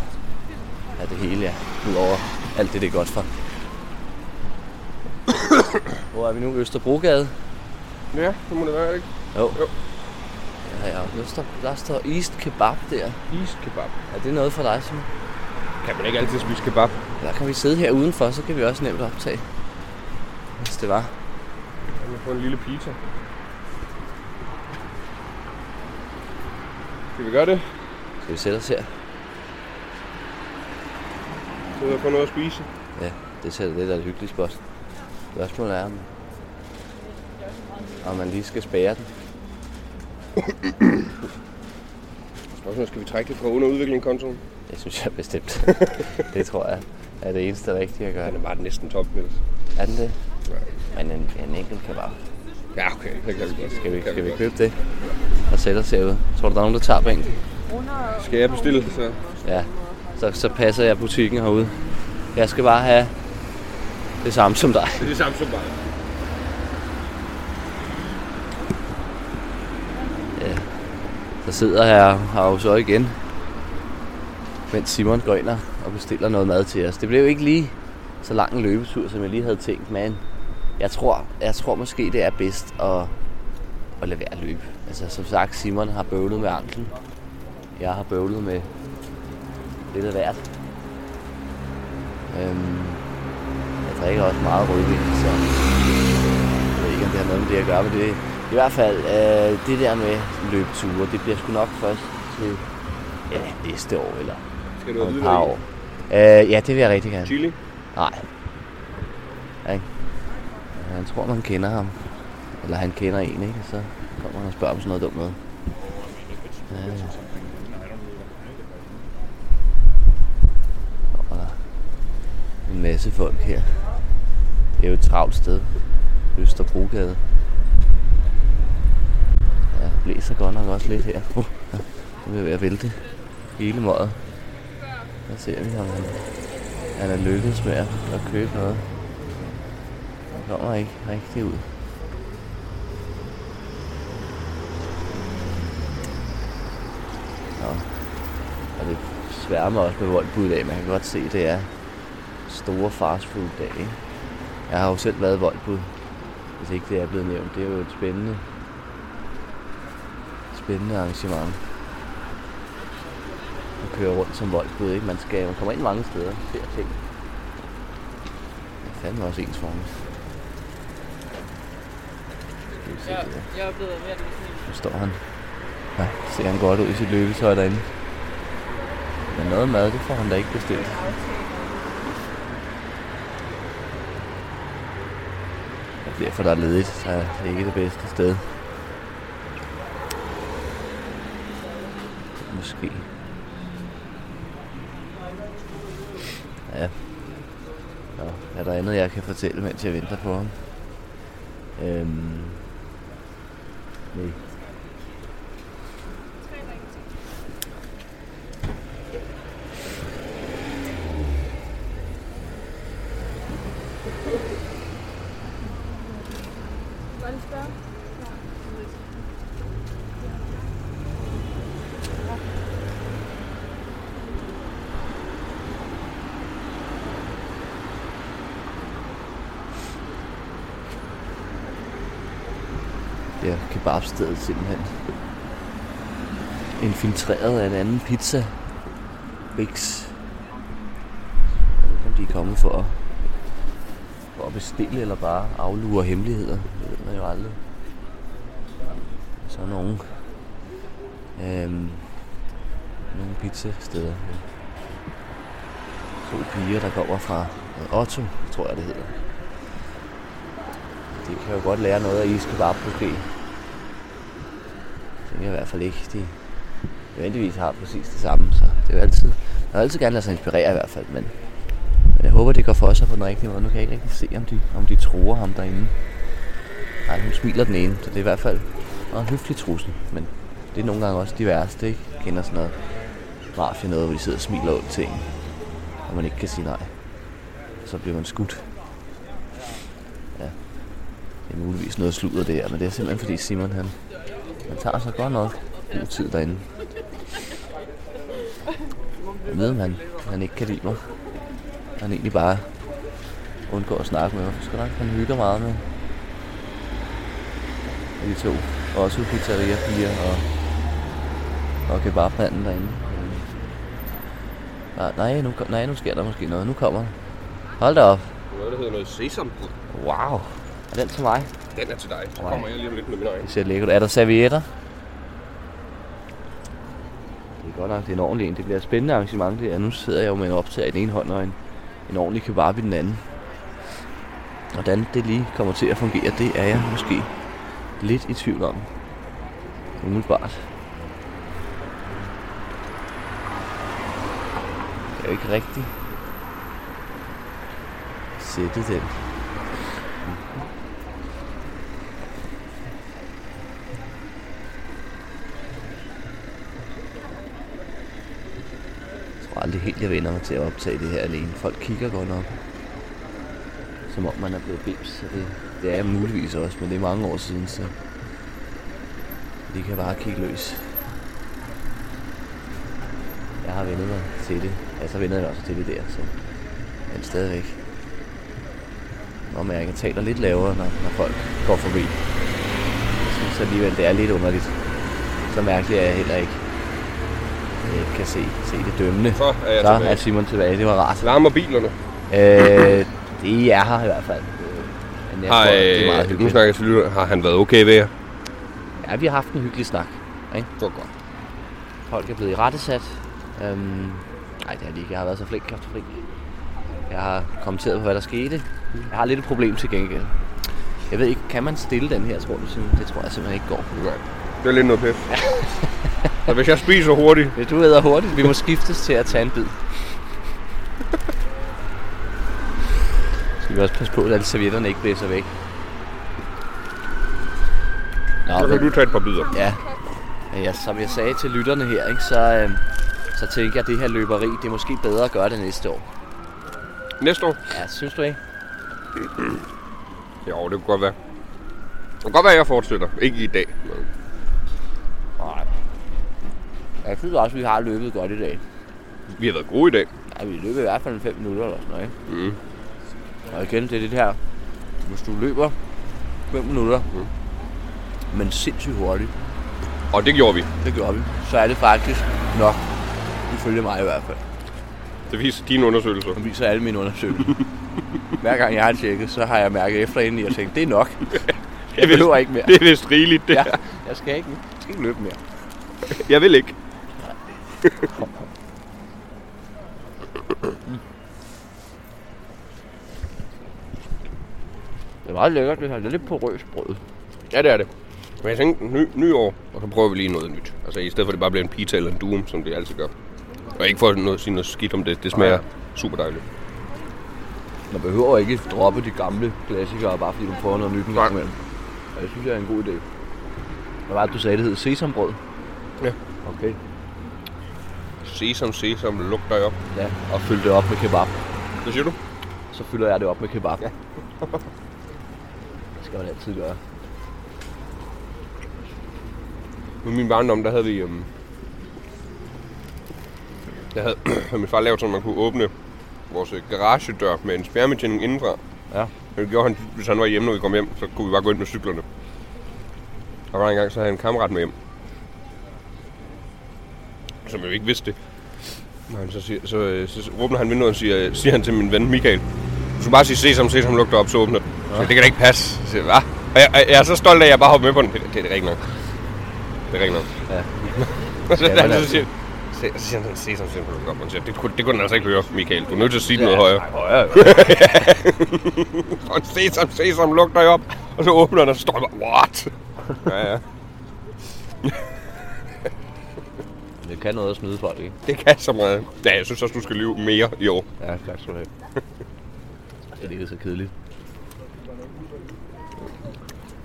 Speaker 5: det hele, ja. Udover alt det, det er godt for. Hvor er vi nu? Østerbrogade?
Speaker 7: Ja, så må det være, ikke?
Speaker 5: Jo.
Speaker 7: Jo.
Speaker 5: Ja, ja. Øster, der står East Kebab der.
Speaker 7: Iskebab.
Speaker 5: Er det noget for dig, Simon?
Speaker 7: Kan man ikke altid spise kebab?
Speaker 5: Der kan vi sidde her udenfor, så kan vi også nemt optage. Hvis det var.
Speaker 7: Jeg må få en lille pizza. Skal vi gøre det?
Speaker 5: Skal vi sætte os her?
Speaker 7: Så vi få noget at spise.
Speaker 5: Ja, det ser lidt af et hyggeligt spot. Spørgsmålet er, om, om man lige skal spære den.
Speaker 7: Spørgsmålet, skal vi trække det fra under udviklingkontoen?
Speaker 5: Det synes jeg bestemt. det tror jeg er det eneste rigtige at gøre.
Speaker 7: Den er bare næsten top, Niels.
Speaker 5: Er den det? Men en, en enkelt kan bare.
Speaker 7: Ja, okay. Det kan vi godt.
Speaker 5: Skal vi,
Speaker 7: Det kan
Speaker 5: skal vi
Speaker 7: godt.
Speaker 5: købe det? Og sætte os herude. Tror du, der er nogen, der tager bænken?
Speaker 7: Skal jeg bestille, så
Speaker 5: Ja. Så, så passer jeg butikken herude. Jeg skal bare have det samme som dig.
Speaker 7: Det er det samme som mig.
Speaker 5: Der sidder jeg her jo så igen, mens Simon går ind og og bestiller noget mad til os. Det blev ikke lige så lang en løbetur, som jeg lige havde tænkt. Men jeg tror, jeg tror måske, det er bedst at, at lade være at løbe. Altså som sagt, Simon har bøvlet med anklen. Jeg har bøvlet med lidt af hvert. Øhm, jeg drikker også meget rødvin, så jeg ved ikke, om det har noget med det at gøre, men det i hvert fald, øh, det der med løbeture, det bliver sgu nok først til ja, næste år, eller
Speaker 7: Skal du have
Speaker 5: om et
Speaker 7: vide,
Speaker 5: par
Speaker 7: hvad
Speaker 5: år. Øh, ja, det vil jeg rigtig gerne.
Speaker 7: Chili?
Speaker 5: Nej. Ikke? Han tror, man kender ham. Eller han kender en, ikke? Så kommer han og spørger om sådan noget dumt noget. Ja. Kommer der en masse folk her. Det er jo et travlt sted. Østerbrogade. Ja, det blæser godt nok også lidt her. Uh, nu er jeg ved at vælte hele møget. Der ser vi ham. Han han er lykkedes med at, at købe noget. Han kommer ikke rigtig ud. Nå. Og det sværmer også med voldbud i dag. Man kan godt se, det er store fastfood dag. Ikke? Jeg har jo selv været i voldbud. Hvis ikke det er blevet nævnt. Det er jo et spændende, spændende arrangement. At køre rundt som voldbud. Ikke? Man, skal, man kommer ind mange steder og ser ting. Jeg fandt også ens form. Ja,
Speaker 8: Jeg oplevede mere, at det var sådan
Speaker 5: Nu står han. Ja, ser han godt ud i sit løbetøj derinde. Men noget mad, det får han da ikke bestilt. Og derfor der er ledigt, så er det ikke det bedste sted. Måske. Ja. Nå, er der andet, jeg kan fortælle, mens jeg venter på ham? Øhm... Nej. Det er kebabstedet simpelthen. Infiltreret af en anden pizza. Bix. Jeg ved ikke, om de er kommet for at, for at bestille eller bare aflure hemmeligheder. Det ved man jo aldrig. Så er nogen. Øhm, nogle pizzasteder. med To piger, der kommer fra øh, Otto, tror jeg det hedder. De kan jo godt lære noget af iskebab måske. Det kan jeg i hvert fald ikke. De nødvendigvis har præcis det samme, så det er jo altid... Man vil altid gerne lade sig inspirere i hvert fald, men, men jeg håber, det går for sig på den rigtige måde. Nu kan jeg ikke rigtig se, om de, om de tror ham derinde. Nej, hun smiler den ene, så det er i hvert fald og en høflig trussel, men det er nogle gange også de værste, ikke? Jeg kender sådan noget mafia noget, hvor de sidder og smiler over ting, og man ikke kan sige nej. Så bliver man skudt. Det er muligvis noget sludder det her, men det er simpelthen fordi Simon han, han tager sig godt nok god tid derinde. Jeg ved, om han, han ikke kan lide mig. Han egentlig bare undgår at snakke med mig. Skal nok, han hygger meget med, med de to. Også pizzeria piger og, og kebabmanden derinde. Øh, Nej, nej, nu, kom- nej, nu sker der måske noget. Nu kommer han. Hold da op.
Speaker 7: Noget, der hedder noget sesambrød.
Speaker 5: Wow. Er den til mig?
Speaker 7: Den er til dig. Så
Speaker 5: Nej.
Speaker 7: kommer jeg lige om lidt med min egen.
Speaker 5: Det ser lækkert ud. Er der servietter? Det er godt nok, det er en ordentlig en. Det bliver et spændende arrangement det her. Nu sidder jeg jo med en optager i den ene hånd og en, en ordentlig kebab i den anden. Hvordan det lige kommer til at fungere, det er jeg måske lidt i tvivl om. Umiddelbart. Jeg kan jo ikke rigtig sætte den. tror aldrig helt, jeg vender mig til at optage det her alene. Folk kigger godt nok. Som om man er blevet bims, så det, det er jeg muligvis også, men det er mange år siden, så de kan bare kigge løs. Jeg har vendet mig til det. Altså vendet jeg mig også til det der, så men stadigvæk. om at jeg taler lidt lavere, når, når folk går forbi. Jeg synes alligevel, det er lidt underligt. Så mærkeligt er jeg heller ikke. Jeg kan se, se det dømmende.
Speaker 7: Så er jeg
Speaker 5: Så
Speaker 7: tilbage.
Speaker 5: er Simon tilbage. Det var rart.
Speaker 7: Larmer bilerne.
Speaker 5: Øh, det er her i hvert fald. Øh, Men jeg
Speaker 7: Har,
Speaker 5: tror, det er meget
Speaker 7: øh, nu
Speaker 5: hyggeligt.
Speaker 7: snakker jeg til lytterne. Har han været okay ved jer?
Speaker 5: Ja, vi har haft en hyggelig snak.
Speaker 7: Det var godt.
Speaker 5: Folk er blevet i rettesat. Øhm, nej, det har de ikke. Jeg har været så flink, kæft flink. Jeg har kommenteret på, hvad der skete. Jeg har lidt et problem til gengæld. Jeg ved ikke, kan man stille den her, tror du? Simon? Det tror jeg simpelthen ikke går.
Speaker 7: Nej. Det er lidt noget *laughs* pæft. Så hvis jeg spiser hurtigt,
Speaker 5: Hvis du æder hurtigt, vi må skiftes til at tage en *laughs* bid. Skal vi også passe på, at alle servietterne ikke blæser væk. Nå,
Speaker 7: så
Speaker 5: men-
Speaker 7: kan du tage et par bidder.
Speaker 5: Ja. Men ja, som jeg sagde til lytterne her, ikke, så, øh, så tænker jeg, at det her løberi, det er måske bedre at gøre det næste år.
Speaker 7: Næste år?
Speaker 5: Ja, synes du ikke?
Speaker 7: Jo, det kunne godt være. Det kan godt være, at jeg fortsætter. Ikke i dag. men-
Speaker 5: Nej. Jeg synes også, at vi har løbet godt i dag.
Speaker 7: Vi har været gode i dag.
Speaker 5: Ja, vi løb i hvert fald 5 minutter eller sådan noget, ikke? Mm. Og igen, det er det her, hvis du løber 5 minutter, mm. men sindssygt hurtigt,
Speaker 7: Og det gjorde vi.
Speaker 5: det gør vi, så er det faktisk nok, ifølge mig i hvert fald.
Speaker 7: Det viser dine undersøgelser.
Speaker 5: og viser alle mine undersøgelser. *laughs* Hver gang jeg har tjekket, så har jeg mærket efter inden, jeg tænkt, det er *laughs* nok. Jeg behøver ikke mere.
Speaker 7: Det er vist rigeligt, det
Speaker 5: *laughs* Ja,
Speaker 7: ja.
Speaker 5: jeg skal ikke, jeg skal ikke løbe mere.
Speaker 7: Jeg vil ikke.
Speaker 5: Det er meget lækkert, det her. Det er lidt på røsbrød.
Speaker 7: Ja, det er det. Men jeg tænkte, ny, ny år, og så prøver vi lige noget nyt. Altså i stedet for, at det bare bliver en pita eller en doom, som det altid gør. Og ikke for at noget, sige noget skidt om det. Det smager super dejligt.
Speaker 5: Man behøver ikke droppe de gamle klassikere, bare fordi du prøver noget nyt en
Speaker 7: Nej.
Speaker 5: gang imellem. Og det synes jeg er en god idé. Hvad var det, du sagde, det hed? Sesambrød?
Speaker 7: Ja.
Speaker 5: Okay.
Speaker 7: Sesam, sesam, luk dig op.
Speaker 5: Ja, og fyld det op med kebab.
Speaker 7: Hvad siger du?
Speaker 5: Så fylder jeg det op med kebab. Ja. det skal man altid gøre.
Speaker 7: I min barndom, der havde vi... Øhm, der havde *clears throat* havde min far lavet sådan, at man kunne åbne vores øh, garagedør med en spærmetjening indenfra.
Speaker 5: Ja.
Speaker 7: Det gjorde han, hvis han var hjemme, når vi kom hjem, så kunne vi bare gå ind med cyklerne. Og var der engang, så havde han en kammerat med hjem. Som jo ikke vidste det. Når han så, siger, så, øh, så, åbner han vinduet og siger, siger han til min ven Michael, du skal bare sige, se som, se som lugter op, så åbner den. Ja. det kan da ikke passe. Så siger, jeg, "Hva?" og jeg, jeg, jeg, er så stolt af, at jeg bare hopper med på den. Det, det, det er rigtigt nok. Det er rigtigt nok.
Speaker 5: Ja.
Speaker 7: Og *laughs* så,
Speaker 5: Ja,
Speaker 7: ja,
Speaker 5: men
Speaker 7: så,
Speaker 5: altså-
Speaker 7: siger, så, så siger han, se som, se som lugter op. Og han siger, det, kunne, det kunne den altså ikke høre, Michael. Du er nødt til at sige ja. noget højere.
Speaker 5: Nej,
Speaker 7: *laughs*
Speaker 5: højere.
Speaker 7: Og sesam, sesam, luk dig op. Og så åbner den, og så står jeg bare, what? Ja, ja.
Speaker 5: Det kan noget at snyde folk, ikke?
Speaker 7: Det kan så meget. Ja, jeg synes også, du skal lyve mere i år.
Speaker 5: Ja, tak skal du have. *laughs* det er ikke så kedeligt.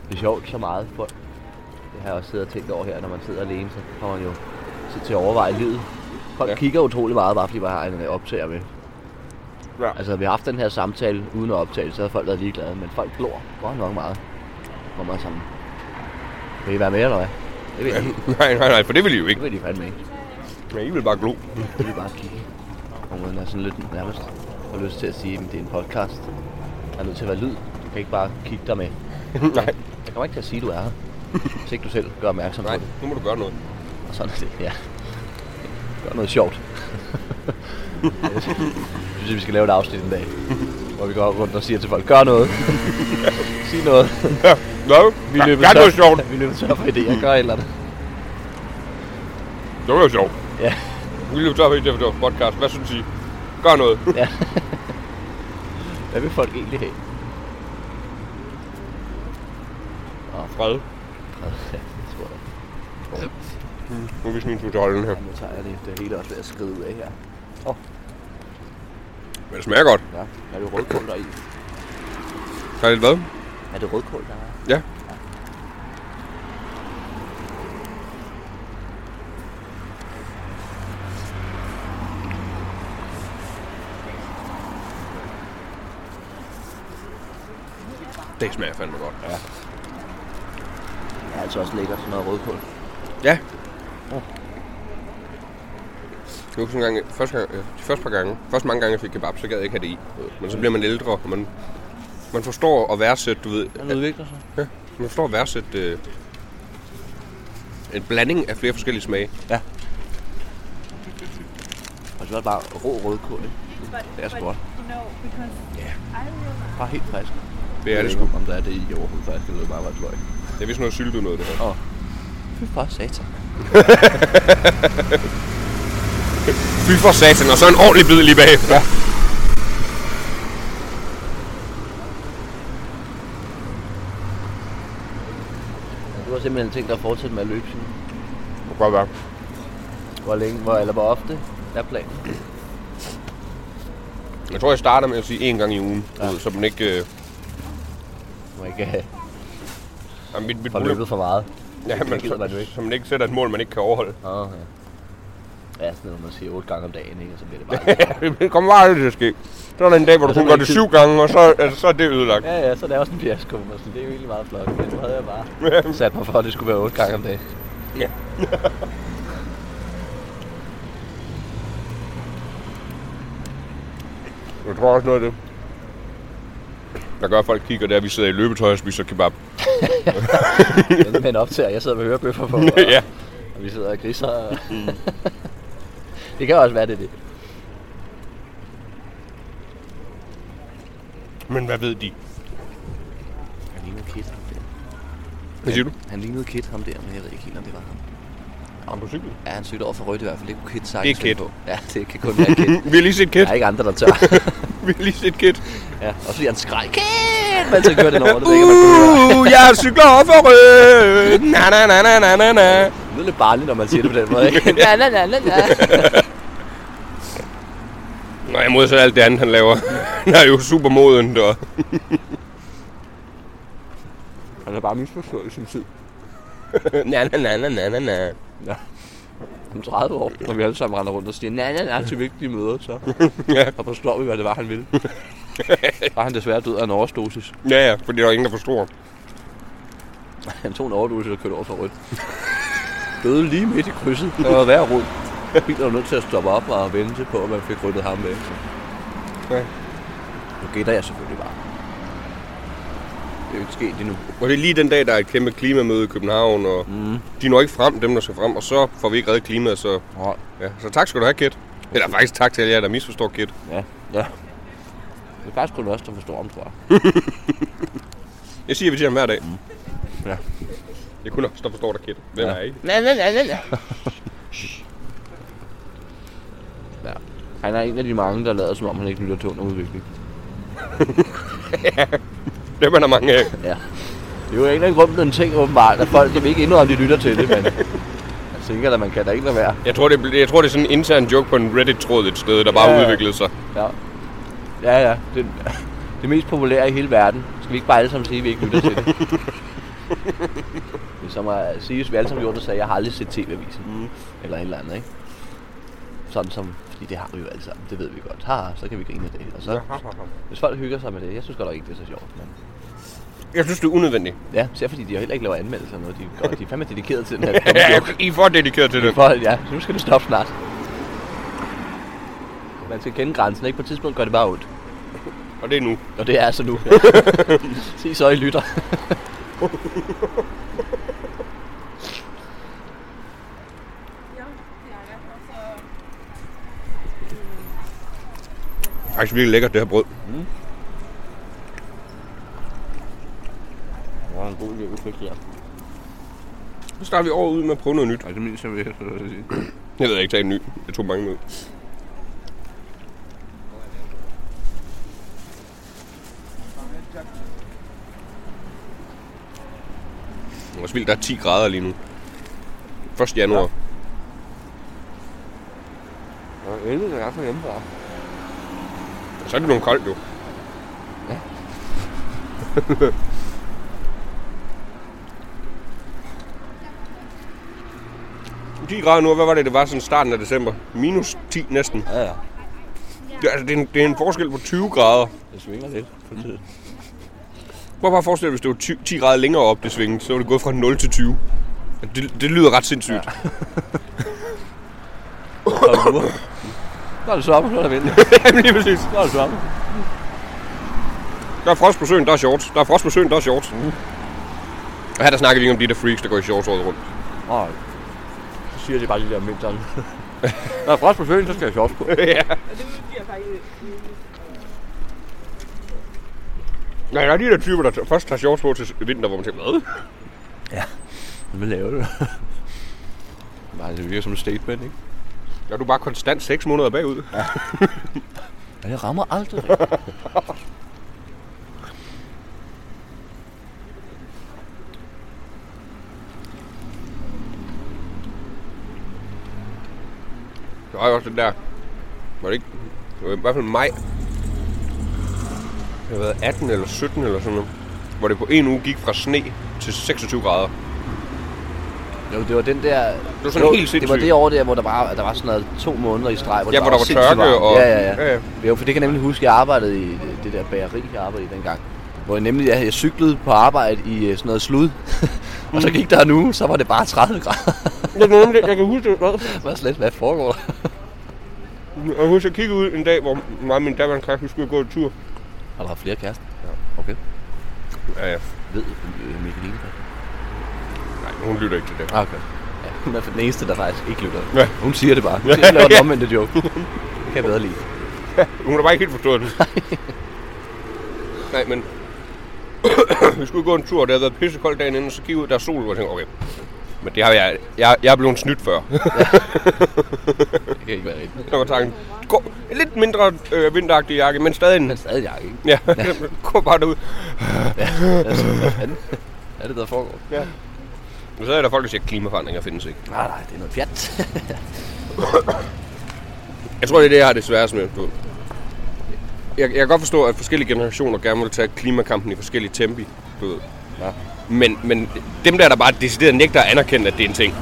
Speaker 5: Det er sjovt så meget folk. Det har jeg også siddet og tænkt over her, når man sidder alene, så får man jo tid til at overveje livet. Folk
Speaker 7: Ja.
Speaker 5: ja. kigger utrolig meget, bare fordi man har en øh, optager med.
Speaker 7: Ja.
Speaker 5: Altså, vi har haft den her samtale uden at optage, så har folk været ligeglade, men folk glor godt nok meget. Hvor meget sammen. Vil I være med, eller hvad? Det ved jeg ikke. *laughs*
Speaker 7: nej, nej, nej, for det vil I jo ikke.
Speaker 5: Det vil de fandme ikke.
Speaker 7: Men I vil bare glo.
Speaker 5: Det vil bare kigge. Og man er sådan lidt nærmest har lyst til at sige, at det er en podcast. Der er nødt til at være lyd. Du kan ikke bare kigge dig *laughs* med.
Speaker 7: nej,
Speaker 5: Jeg kommer ikke til at sige, at du er her. Hvis ikke du selv gør opmærksom på
Speaker 7: nej,
Speaker 5: det.
Speaker 7: nu må du gøre noget.
Speaker 5: Og sådan er det, ja. Gør noget sjovt. Jeg synes, vi skal lave et afsnit en dag, hvor vi går rundt og siger til folk, gør *laughs* noget. Sig noget.
Speaker 7: Nå,
Speaker 5: Vi
Speaker 7: ja,
Speaker 5: løber
Speaker 7: ja, det var
Speaker 5: tør-
Speaker 7: sjovt.
Speaker 5: *laughs* Vi løber tør for idéer. Gør et eller andet.
Speaker 7: Det var jo sjovt.
Speaker 5: Ja.
Speaker 7: Vi løber tør for det, for det var podcast. Hvad synes I? Gør noget.
Speaker 5: Hvad vil folk egentlig have?
Speaker 7: Fred.
Speaker 5: Ja, det tror jeg.
Speaker 7: Nu er vi sådan en tur til holden her.
Speaker 5: Ja, Nu tager jeg det, det hele også ved at skride ud af her.
Speaker 7: Men det smager godt.
Speaker 5: Ja, er det rødkål der er i?
Speaker 7: Der er lidt hvad?
Speaker 5: Er det rødkål der er?
Speaker 7: Ja. Det smager fandme godt. Ja.
Speaker 5: Det er altså også lækkert sådan noget rødkål.
Speaker 7: Ja. Det var sådan en gang, første gang, øh, de første par gange, første mange gange jeg fik kebab, så gad jeg ikke have det i. Men så bliver man ældre, og man Man forstår at værdsætte, du ved,
Speaker 5: Han udvikler sig.
Speaker 7: man forstår at værdsætte øh, en blanding af flere forskellige smage.
Speaker 5: Og så er det bare rå rødkål, ikke? Det er sgu godt. Bare helt frisk.
Speaker 7: Det er det
Speaker 5: Jeg ved
Speaker 7: sgu.
Speaker 5: ikke, Om der er det i overhovedet faktisk, det lyder bare ret løg.
Speaker 7: Det er vist noget syltet noget, det her.
Speaker 5: Fy for satan.
Speaker 7: Fy for satan, og så en ordentlig bid lige bagefter. Ja.
Speaker 5: Du har simpelthen tænkt dig at fortsætte med at løbe sådan.
Speaker 7: Det kan godt være.
Speaker 5: Hvor længe, hvor, eller hvor ofte er planen?
Speaker 7: Jeg tror, jeg starter med at sige én gang i ugen,
Speaker 5: Ja.
Speaker 7: ja. så man ikke... Øh,
Speaker 5: Man ikke have
Speaker 7: jamen, mit, mit
Speaker 5: for
Speaker 7: problem-
Speaker 5: løbet for meget.
Speaker 7: Ja,
Speaker 5: Det
Speaker 7: men
Speaker 5: gider man jo
Speaker 7: så,
Speaker 5: ikke.
Speaker 7: så man ikke sætter et mål, man ikke kan overholde. *laughs*
Speaker 5: Åh, ja. Ja, sådan noget, man siger otte gange om dagen, ikke? Og så bliver det bare... *laughs*
Speaker 7: det kommer bare aldrig til at ske. Så er der en dag, hvor du
Speaker 5: Ja, så er
Speaker 7: kun
Speaker 5: der
Speaker 7: gør det
Speaker 5: ikke
Speaker 7: syv gange, og så, altså, så er det ødelagt.
Speaker 5: ja, ja, så er det også en fiasko, men sådan, det er jo egentlig meget flot. Men nu havde jeg *laughs* bare sat mig for, at det skulle være otte gange om dagen.
Speaker 7: Ja. Jeg tror også noget af det. Der gør, at folk kigger der, at vi sidder i løbetøj og spiser kebab.
Speaker 5: Men, men op til, at jeg sidder med hørebøffer på, og,
Speaker 7: *laughs* ja. Mm.
Speaker 5: og vi sidder og griser. Og *laughs* det kan også være, det er det.
Speaker 7: Men hvad ved de?
Speaker 5: Han lignede Kit, ham der.
Speaker 7: Hvad siger du?
Speaker 5: Han lignede Kit, ham der, men jeg ved ikke helt, om det var ham.
Speaker 7: Om på cykel.
Speaker 5: Ja, han søgte over for rødt i hvert fald. Det kunne Kit sagtens
Speaker 7: Det er
Speaker 5: finde på. Ja, det kan kun *laughs* være Kit.
Speaker 7: Vi har lige set Kit.
Speaker 5: Der er ikke andre, der tør.
Speaker 7: Vi har lige set Kit.
Speaker 5: ja, også fordi han skreg, Kit! Men så kørte den over, det ved ikke, om man kunne høre.
Speaker 7: Uh, jeg cykler over for rødt. Na, na, na, na, na, na, na.
Speaker 5: Det lyder lidt barnligt, når man siger det på den måde,
Speaker 7: *laughs*
Speaker 5: ikke? na, na, na, na, na.
Speaker 7: Nå, jeg modsat alt det andet, han laver. *laughs* Han er jo super moden, og...
Speaker 5: Han har bare misforstået i sin tid.
Speaker 7: *laughs* na, na, na, na, na, na, na.
Speaker 5: Om 30 år, når vi alle sammen render rundt og siger, na, na, na, til vigtige møder, så.
Speaker 7: *laughs* Ja.
Speaker 5: Og forstår vi, hvad det var,
Speaker 7: *laughs*
Speaker 5: han ville. var han desværre død af en overdosis.
Speaker 7: Ja, ja, fordi der er ingen, der forstår.
Speaker 5: Han tog en overdosis og kørte over for rødt. Døde lige midt i krydset. Der var værd rundt. Bilen var nødt til at stoppe op og vente på, at man fik ryddet ham væk.
Speaker 7: Ja.
Speaker 5: Nu gætter jeg selvfølgelig bare. Det er jo ikke sket endnu.
Speaker 7: Og det er lige den dag, der er et kæmpe klimamøde i København, og mm. de når ikke frem, dem der skal frem, og så får vi ikke reddet klimaet, så...
Speaker 5: Nej.
Speaker 7: Ja, så tak skal du have, Kit. Eller faktisk tak til alle jer, der misforstår Kit.
Speaker 5: Ja. ja. Det er faktisk kun os, der forstår ham, tror jeg.
Speaker 7: Jeg siger vi til ham hver dag.
Speaker 5: Ja.
Speaker 7: Jeg kunne også, der forstår dig, Kit. Hvem Mm. ja. er I?
Speaker 5: *laughs* Han er en af de mange, der lader som om, han ikke lytter til under udvikling.
Speaker 7: Dem er der mange af.
Speaker 5: Det er jo en eller anden grund blevet en ting, åbenbart, at folk jeg vil ikke indrømme, at de lytter til
Speaker 7: *laughs*
Speaker 5: det, men jeg tænker, at man kan da ikke lade være.
Speaker 7: Jeg tror, det, er- jeg tror, det er sådan en intern joke på en Reddit-tråd et sted, der bare
Speaker 5: Ja,
Speaker 7: ja.
Speaker 5: ja.
Speaker 7: udviklede sig.
Speaker 5: Ja, ja, ja. Det, det mest populære i hele verden. Skal vi ikke bare alle sammen sige, at vi ikke lytter
Speaker 7: *laughs*
Speaker 5: til det? det er som at sige, hvis vi alle sammen gjorde det, så jeg har aldrig set tv-avisen. Mm. Eller et eller andet, ikke? Sådan som, fordi det har vi jo alle sammen, det ved vi godt. Haha, så kan vi grine af det. Og så, hvis folk hygger sig med det, jeg synes godt nok ikke, det er så sjovt. Men
Speaker 7: Jeg synes, det er unødvendigt.
Speaker 5: ja, især fordi de jo heller ikke laver anmeldelser og noget. De, går, de er fandme dedikeret til den her dumme
Speaker 7: *laughs* Ja,
Speaker 5: joke.
Speaker 7: I er for dedikeret til det.
Speaker 5: Folk, ja, så nu skal det stoppe snart. Man skal kende grænsen, ikke? På et tidspunkt gør det bare ondt.
Speaker 7: Og det er nu.
Speaker 5: Og det
Speaker 2: *laughs*
Speaker 5: er altså nu. Se så, I lytter.
Speaker 7: Faktisk virkelig lækkert, det her brød.
Speaker 5: Det var en god idé, vi fik her.
Speaker 7: Nu starter vi året ud med at prøve noget nyt.
Speaker 5: Ej, det mindste jeg vil, så sige.
Speaker 7: Jeg ved ikke, tage en ny. Jeg tog mange med. ud. Det er også vildt, der er 10 grader lige nu. 1. januar. Ja.
Speaker 5: Jeg elsker det, jeg får hjemmefra.
Speaker 7: Så er det blevet koldt jo.
Speaker 5: Ja.
Speaker 7: De grader nu, og hvad var det, det var sådan starten af december? Minus 10 næsten.
Speaker 5: Ja, ja.
Speaker 7: Det, er- altså, det, er en, det er en forskel på 20 grader. Mm-hmm.
Speaker 5: Det svinger lidt for tiden.
Speaker 7: Prøv bare at forestille dig, hvis det var 10, 10 grader længere op det sving, så var det gået fra 0 til 20. Det, det lyder ret sindssygt. Ja.
Speaker 5: Kom nu. *laughs* Så er det sommer, så er der vinter.
Speaker 7: Jamen lige præcis.
Speaker 5: Så er det sommer.
Speaker 7: Der er frost på søen, der er shorts. Der er frost på søen, der er shorts.
Speaker 5: Mm-hmm.
Speaker 7: Mm. Og her der snakker vi ikke om de der freaks, der går i shorts året rundt.
Speaker 2: Nej. Så siger de bare lige der om
Speaker 5: *laughs*
Speaker 2: vinteren. Når der er frost på føden, så skal jeg shorts på.
Speaker 7: Nej, der er de der typer, der først tager shorts på til vinter, hvor man tænker, hvad?
Speaker 5: Hvad laver du?
Speaker 8: Nej, det virker som et statement, ikke?
Speaker 7: Der er du bare konstant 6 måneder bagud.
Speaker 5: Ja, jeg rammer
Speaker 2: *laughs*
Speaker 5: aldrig.
Speaker 7: Der var jo også den der... Var det ikke... Det var i hvert fald maj. Det har været 18 eller 17 eller sådan noget. Hvor det på en uge gik fra sne til 26 grader.
Speaker 5: Jo, det var den der... Det
Speaker 7: var sådan
Speaker 5: jo,
Speaker 7: helt
Speaker 5: Det var
Speaker 7: sindssygt.
Speaker 5: det år der, hvor der var, der var sådan noget to måneder i streg. Hvor
Speaker 7: Ja,
Speaker 5: det
Speaker 7: hvor der var
Speaker 5: sindssygt
Speaker 7: tørke
Speaker 5: varmt.
Speaker 7: og...
Speaker 5: Ja, ja, ja.
Speaker 7: ja, ja.
Speaker 5: Jo, for det kan jeg nemlig huske, jeg arbejdede i det der bageri, jeg arbejdede i dengang. Hvor jeg nemlig, jeg, jeg cyklede på arbejde i øh, sådan noget slud. *laughs* og
Speaker 7: Mm.
Speaker 5: så gik der nu, så var det bare 30 grader. *laughs*
Speaker 7: Jeg, kan, jeg kan huske, det var
Speaker 5: Det var slet, hvad foregår der? *laughs*
Speaker 7: Jeg husker, jeg kiggede ud en dag, hvor mig og min daværende kæreste, vi skulle gå en tur.
Speaker 5: Har du haft flere kærester? Ja. Okay.
Speaker 7: Ja, ja.
Speaker 5: Ved øh, Mikkel Ingeberg.
Speaker 7: Nej, hun lytter ikke til det.
Speaker 5: Ah, okay. Ja, hun er for den eneste, der faktisk ikke lytter.
Speaker 7: Ja.
Speaker 5: Hun siger det bare. Hun siger, hun
Speaker 7: *laughs*
Speaker 5: laver den omvendte joke. Det kan jeg bedre lide.
Speaker 7: Hun har bare ikke helt forstået det. *laughs* Nej, men... *coughs* vi skulle gå en tur, og det havde været pissekoldt dagen inden, så kiggede jeg ud, der er sol, og jeg tænkte, okay. Men det har jeg... Jeg, jeg er blevet snydt før. *laughs*
Speaker 5: Det kan ikke være rigtigt.
Speaker 7: Der var tanken. Gå, en lidt mindre øh, vinteragtig jakke, men stadig en...
Speaker 5: Men stadig jakke, ikke?
Speaker 7: *laughs* Ja, gå bare derud.
Speaker 5: Altså, hvad
Speaker 7: *laughs*
Speaker 5: fanden er det, der foregår?
Speaker 7: Men så er der folk, der siger, at klimaforandringer findes ikke.
Speaker 5: Nej, nej, det er noget *laughs* fjat.
Speaker 7: Jeg tror, det er det, jeg har det sværest med. Du. ved. Jeg, jeg kan godt forstå, at forskellige generationer gerne vil tage klimakampen i forskellige tempi. Du ved.
Speaker 5: Ja.
Speaker 7: Men, men dem der, der bare decideret nægter at anerkende, at det er en ting.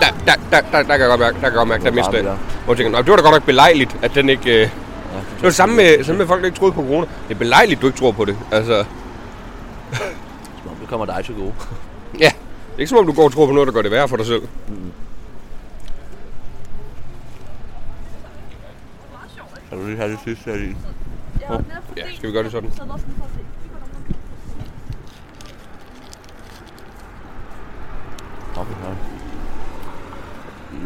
Speaker 7: Der, der, der, der, der kan jeg godt mærke, der, kan jeg godt mærke, der
Speaker 5: Det er
Speaker 7: mister
Speaker 5: meget
Speaker 7: jeg. Hvor jeg tænker, "Nå, det var da godt nok belejligt, at den ikke... Øh... Det var det samme med, samme med folk, der ikke troede på corona. Det er belejligt, du ikke tror på det. Altså, det
Speaker 5: Som om det kommer dig til gode.
Speaker 7: er ikke som om, du går og tror på noget, der gør det værre for dig selv. Mm.
Speaker 8: Kan du lige have det sidste her lige?
Speaker 7: Ja, skal vi gøre det sådan?
Speaker 5: Op i højre.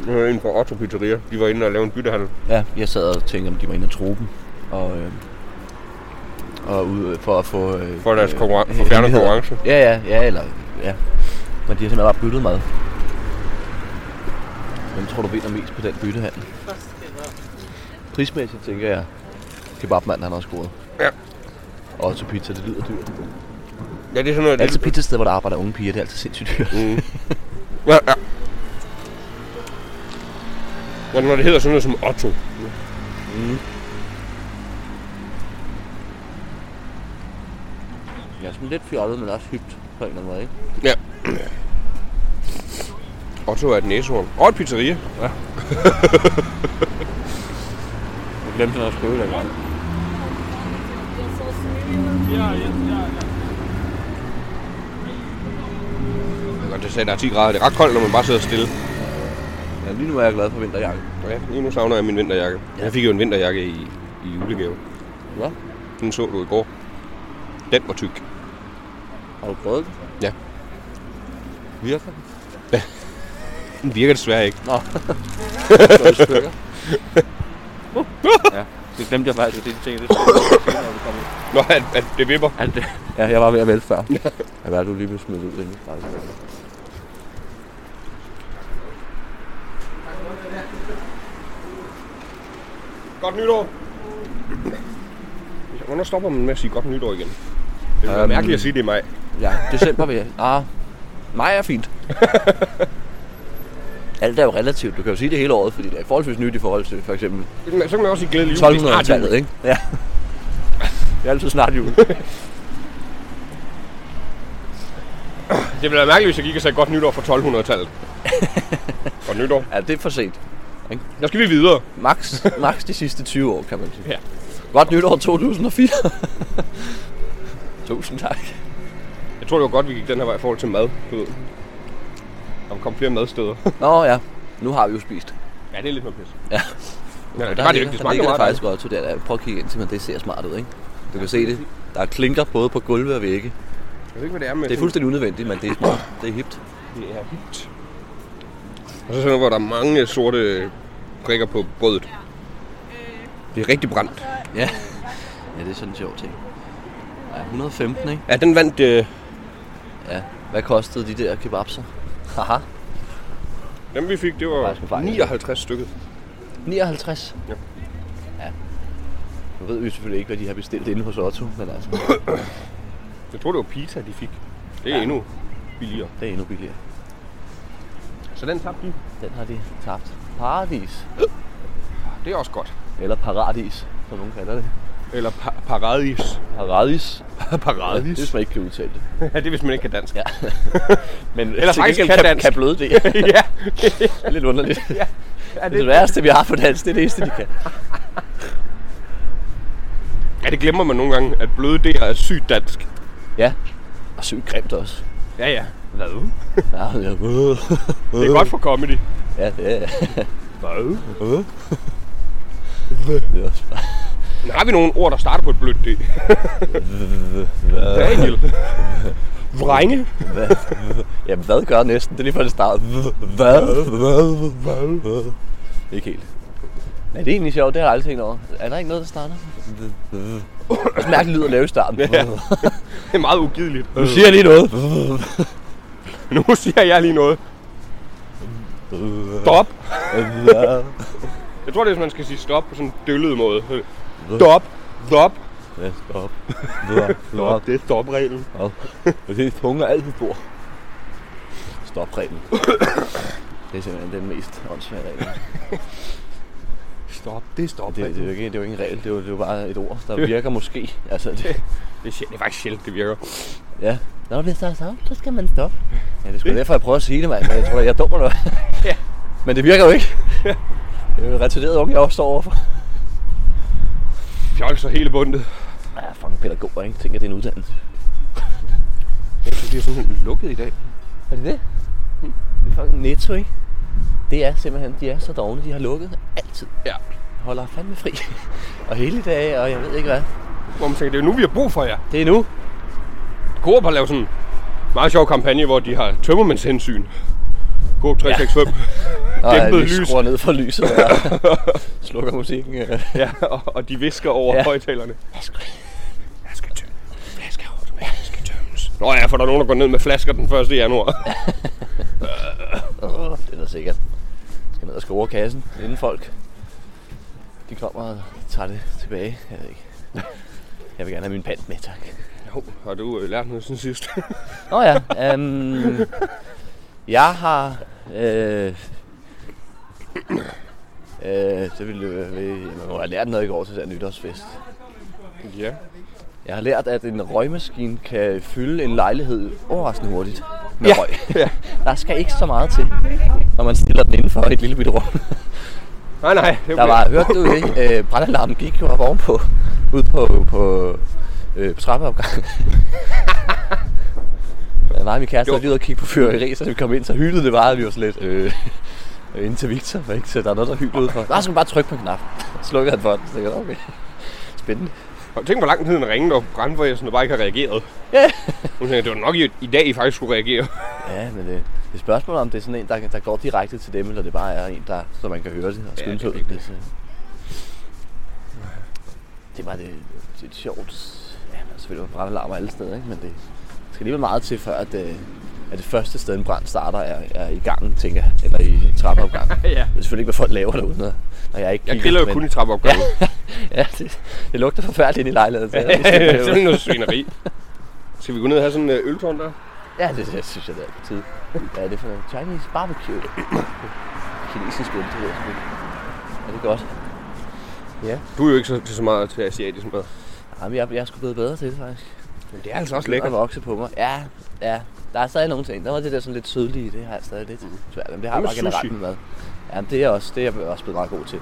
Speaker 7: Nu er en fra Otto Pizzeria. De var inde og lave en byttehandel.
Speaker 5: Ja, jeg sad og tænkte, om de var inde og trope dem. Og, øh, og ud øh, for at få... Øh,
Speaker 7: For deres konkurren- for
Speaker 5: øh,
Speaker 7: fjernet
Speaker 5: hemmeligheder.
Speaker 7: konkurrence.
Speaker 5: Ja, ja, ja, eller... Ja. Men de har simpelthen bare byttet mad. Hvem tror du vinder mest på den byttehandel? Prismæssigt tænker jeg, kebabmanden han har scoret.
Speaker 7: Ja.
Speaker 5: Og til pizza, det lyder dyrt. Det
Speaker 7: Ja, det er sådan noget...
Speaker 5: er altid pizzasteder, hvor der arbejder unge piger, det er altid sindssygt dyrt.
Speaker 7: Mm. Ja, ja. Men når det hedder sådan noget som Otto.
Speaker 5: Ja, sådan lidt fjollet, men også hypt på en eller anden måde, ikke?
Speaker 7: Otto er et næsehorn. Og et pizzeria.
Speaker 8: Jeg glemte den at skrive der gang.
Speaker 7: Og det sagde, der er 10 grader. Det er ret koldt, når man bare sidder stille.
Speaker 5: Ja, lige nu er jeg glad for vinterjakke.
Speaker 7: Ja, lige nu savner jeg min vinterjakke. Jeg fik jo en vinterjakke i, i julegave.
Speaker 5: Hvad?
Speaker 7: Den så du i går. Den var tyk.
Speaker 5: Har du prøvet det?
Speaker 8: *laughs* Virker den?
Speaker 7: Den virker desværre ikke.
Speaker 8: Det glemte jeg faktisk, at det er de ting, det skulle
Speaker 7: Nå, at, at det vipper.
Speaker 8: Alt det.
Speaker 5: Ja, jeg var ved at vælte før. jeg var du lige blev smidt ud inden faktisk.
Speaker 7: Godt nytår. Hvornår stopper man med at sige godt nytår igen? Det er
Speaker 5: Øhm.
Speaker 7: mærkeligt at sige det i maj.
Speaker 5: Ja, december vil jeg. Ah, maj er
Speaker 8: *laughs*
Speaker 5: fint. Alt er jo relativt. Du kan jo sige det hele året, fordi det er forholdsvis nyt i forhold til for eksempel
Speaker 7: Men Så kan man også sige glædelig jul. Det er snart jul.
Speaker 5: 1200-tallet, ikke?
Speaker 8: *laughs*
Speaker 5: Ja. Det er altid snart jul.
Speaker 7: Det ville være mærkeligt, hvis jeg gik og sagde godt nytår fra *laughs* 1200-tallet. godt nytår.
Speaker 5: ja, det er for sent.
Speaker 7: Der skal vi videre.
Speaker 5: Max, max de sidste 20 år, kan man sige.
Speaker 7: Ja.
Speaker 5: Godt nytår 2004. Tusind tak.
Speaker 7: Jeg tror, det var godt, vi gik den her vej i forhold til mad. Du ved. Der kom flere madsteder.
Speaker 5: Nå ja, nu har vi jo spist.
Speaker 7: ja, det er lidt noget pis. Ja,
Speaker 5: Ja. Og
Speaker 7: det
Speaker 5: der
Speaker 7: var det jo
Speaker 5: ligger-
Speaker 7: ikke. Det
Speaker 5: der
Speaker 7: smagte
Speaker 5: ligger
Speaker 7: meget
Speaker 5: det
Speaker 7: faktisk.
Speaker 5: faktisk godt til det der. Prøv at kigge ind til, men det ser smart ud, ikke? Du kan se det. Der er klinker både på gulve og vægge.
Speaker 7: Jeg ved ikke, hvad det er med
Speaker 5: Det er fuldstændig unødvendigt, men det er smart. *clears throat* Det er hipt.
Speaker 7: Det er vildt. Og så sådan noget, hvor der er mange sorte prikker på brødet. Det er rigtig brændt.
Speaker 5: Ja. Ja, det er sådan en sjov ting. Ja, 115, ikke?
Speaker 7: Ja, den vandt... Øh,
Speaker 5: Ja. Hvad kostede de der kebabser? Haha.
Speaker 7: dem vi fik, det
Speaker 5: Faktisk en
Speaker 7: var
Speaker 5: fejl.
Speaker 7: 59 stykket.
Speaker 5: 59?
Speaker 7: Ja.
Speaker 5: ja. Nu ved vi selvfølgelig ikke, hvad de har bestilt inde hos Otto, men altså,
Speaker 7: Jeg tror, det var pizza, de fik. Det er ja. endnu billigere.
Speaker 5: det er endnu billigere.
Speaker 7: Så den tabte de.
Speaker 5: Den har de tabt. Paradis.
Speaker 7: Det er også godt.
Speaker 5: Eller paradis, som nogen kalder det.
Speaker 7: Eller pa- paradis.
Speaker 5: Paradis. Ja, det er,
Speaker 7: *laughs* paradis?
Speaker 5: hvis man ikke kan udtale det.
Speaker 7: Ja, det er, hvis man ikke kan dansk.
Speaker 5: Ja. Men
Speaker 7: Eller
Speaker 5: til
Speaker 7: faktisk
Speaker 5: gengæld
Speaker 7: kan
Speaker 5: kan,
Speaker 7: dansk.
Speaker 5: kan bløde *laughs* det.
Speaker 7: ja.
Speaker 5: Det er lidt underligt. ja,
Speaker 7: Ja,
Speaker 5: det, det værste, vi har på dansk, det er det eneste, de kan.
Speaker 7: ja, det glemmer man nogle gange, at bløde D'er er sygt dansk.
Speaker 5: Ja. Og sygt grimt også.
Speaker 7: Ja, ja. Hvad?
Speaker 5: Ja, *laughs* ja.
Speaker 7: Det er godt for comedy.
Speaker 5: Ja, det er
Speaker 7: Hvad?
Speaker 5: det er også bare.
Speaker 7: Men har vi nogle ord, der starter på et blødt D? Daniel. Vrænge.
Speaker 5: Hvad? Jamen, hvad gør næsten? Det er lige før det starter. Hvad? Hvad? Hvad? Hvad? Ikke helt. Men er det egentlig sjovt? Det har jeg aldrig tænkt over. Er der ikke noget, der starter? Det er også mærkeligt lyd at lave i starten.
Speaker 7: Ja. Det er meget ugideligt.
Speaker 5: Nu siger jeg lige noget.
Speaker 7: nu siger jeg lige noget. Stop. Jeg tror, det er, hvis man skal sige stop på sådan en døllet måde. Stop. Stop.
Speaker 5: Ja, stop. Stop. Stop.
Speaker 7: Det er stopreglen.
Speaker 5: Stop. Og det er tunge alt, vi bor. Stop reglen. *coughs* Det er simpelthen den mest åndssvage regel. *laughs*
Speaker 7: Stop. Det er stop.
Speaker 5: Det, det, er jo ikke, det er jo ikke en regel, det er jo, det er jo bare et ord, der virker måske. *laughs* Altså, det,
Speaker 7: Det, er, sjældent- det er faktisk sjældent, det virker.
Speaker 5: ja. Nå, hvis der er savn, så skal man stoppe. Ja, det er sgu derfor, jeg prøver at sige det, mand. men Jeg tror, jeg er dum *laughs* eller hvad?
Speaker 7: Ja.
Speaker 5: Men det virker jo *laughs* ikke. Det er jo en retarderet unge, jeg også står overfor.
Speaker 7: Fjolser hele bundet.
Speaker 5: Ja, fucking pædagoger, ikke? Tænker, det er en uddannelse.
Speaker 7: Det er simpelthen lukket i dag.
Speaker 5: Er det det? Mm. Det er fucking netto, ikke? Det er simpelthen, de er så dogne, de har lukket altid.
Speaker 7: Ja.
Speaker 5: Holder fandme fri. *laughs* og hele dag, og jeg ved ikke hvad.
Speaker 7: Hvor man tænker, det er jo nu, vi har brug for jer.
Speaker 5: Det er nu.
Speaker 7: Coop har lavet sådan en meget sjov kampagne, hvor de har tømmermændshensyn. Coop 365.
Speaker 5: Og
Speaker 7: Dæmpet
Speaker 5: vi
Speaker 7: lys.
Speaker 5: skruer ned for lyset *laughs* og slukker musikken. øh.
Speaker 7: Ja, og, og de visker over ja.
Speaker 5: Ja.
Speaker 7: højtalerne. Jeg skal, jeg skal tømme. Jeg skal holde med. Jeg skal tømmes. Nå ja, for der er nogen, der går ned med flasker den 1. januar.
Speaker 5: Åh, det er da sikkert. Jeg skal ned og score kassen, inden folk de kommer og tager det tilbage. Jeg ved ikke. Jeg vil gerne have min pant med, tak.
Speaker 7: jo, har du øh, lært noget siden sidst? *laughs*
Speaker 5: Nå ja, øhm, jeg har... Øh, øh, det ville jo være... Man må have lært noget i går til den nytårsfest.
Speaker 7: ja.
Speaker 5: Jeg har lært, at en røgmaskine kan fylde en lejlighed overraskende hurtigt med
Speaker 7: Ja,
Speaker 5: røg. Der skal ikke så meget til, når man stiller den indenfor i et lille bitte rum.
Speaker 7: Nej, nej. Det
Speaker 5: Der var, hørte du det? Øh, brandalarmen gik jo op ovenpå, ude på, på, øh, på trappeopgangen.
Speaker 7: *laughs*
Speaker 5: Der var min kæreste,
Speaker 7: Jo.
Speaker 5: der var lige ude og kigge på fyrværkeri, så da vi kom ind, så hyldede det bare, og vi var sådan lidt... Øh, ind til Victor, for ikke? Så der er noget, der hylder ud for. Der skal man bare trykke på en knap. Så slukkede han for den, så tænkte jeg, okay. Spændende.
Speaker 7: Tænk, hvor lang tid den ringede, og brandvæsenet bare ikke har reageret.
Speaker 5: Ja.
Speaker 7: Hun tænker, det var nok i, i dag, I faktisk skulle reagere.
Speaker 5: Ja, men det, det er spørgsmålet, om det er sådan en, der, der går direkte til dem, eller det bare er en, der, så man kan høre det og
Speaker 7: Ja,
Speaker 5: skynde
Speaker 7: det er
Speaker 5: sig ud. det, så. det var det, det er et sjovt. Ja, men selvfølgelig var brandalarmer alle steder, ikke? men det skal lige være meget til, før at, øh, at det første sted, en brand starter, er, er i gangen, tænker jeg, eller i trappeopgangen.
Speaker 7: *laughs* Ja.
Speaker 5: Jeg ved selvfølgelig ikke, hvad folk laver derude, når, når jeg ikke
Speaker 7: Jeg
Speaker 5: kigger,
Speaker 7: griller jo
Speaker 5: men-
Speaker 7: kun i *laughs* trappeopgangen.
Speaker 5: *laughs* Ja, det, det lugter forfærdeligt ind i lejligheden. så jeg
Speaker 7: *laughs* Ja.
Speaker 5: er lige sådan, øh,
Speaker 7: Sådan noget svineri. Skal vi gå ned og have sådan en øh, øltårn der?
Speaker 5: Ja, det, det synes jeg, det er på tide. Hvad er det for noget? Chinese barbecue? Kinesisk øl, det ved jeg sgu ikke. Er det godt?
Speaker 7: Du er jo ikke så, til så meget til asiatisk mad.
Speaker 5: Jamen, jeg, jeg er sgu blevet bedre til det, faktisk.
Speaker 7: Men det er altså også
Speaker 5: Det
Speaker 7: lækkert.
Speaker 5: at vokse på mig. Ja, ja. Der er stadig nogle ting. Der var det der sådan lidt sødlige, det har jeg stadig lidt svært. Men det har jeg
Speaker 7: Hvad med
Speaker 5: bare
Speaker 7: Mm. sushi?
Speaker 5: generelt med mad. Jamen, det er, også, det er jeg også blevet meget god til.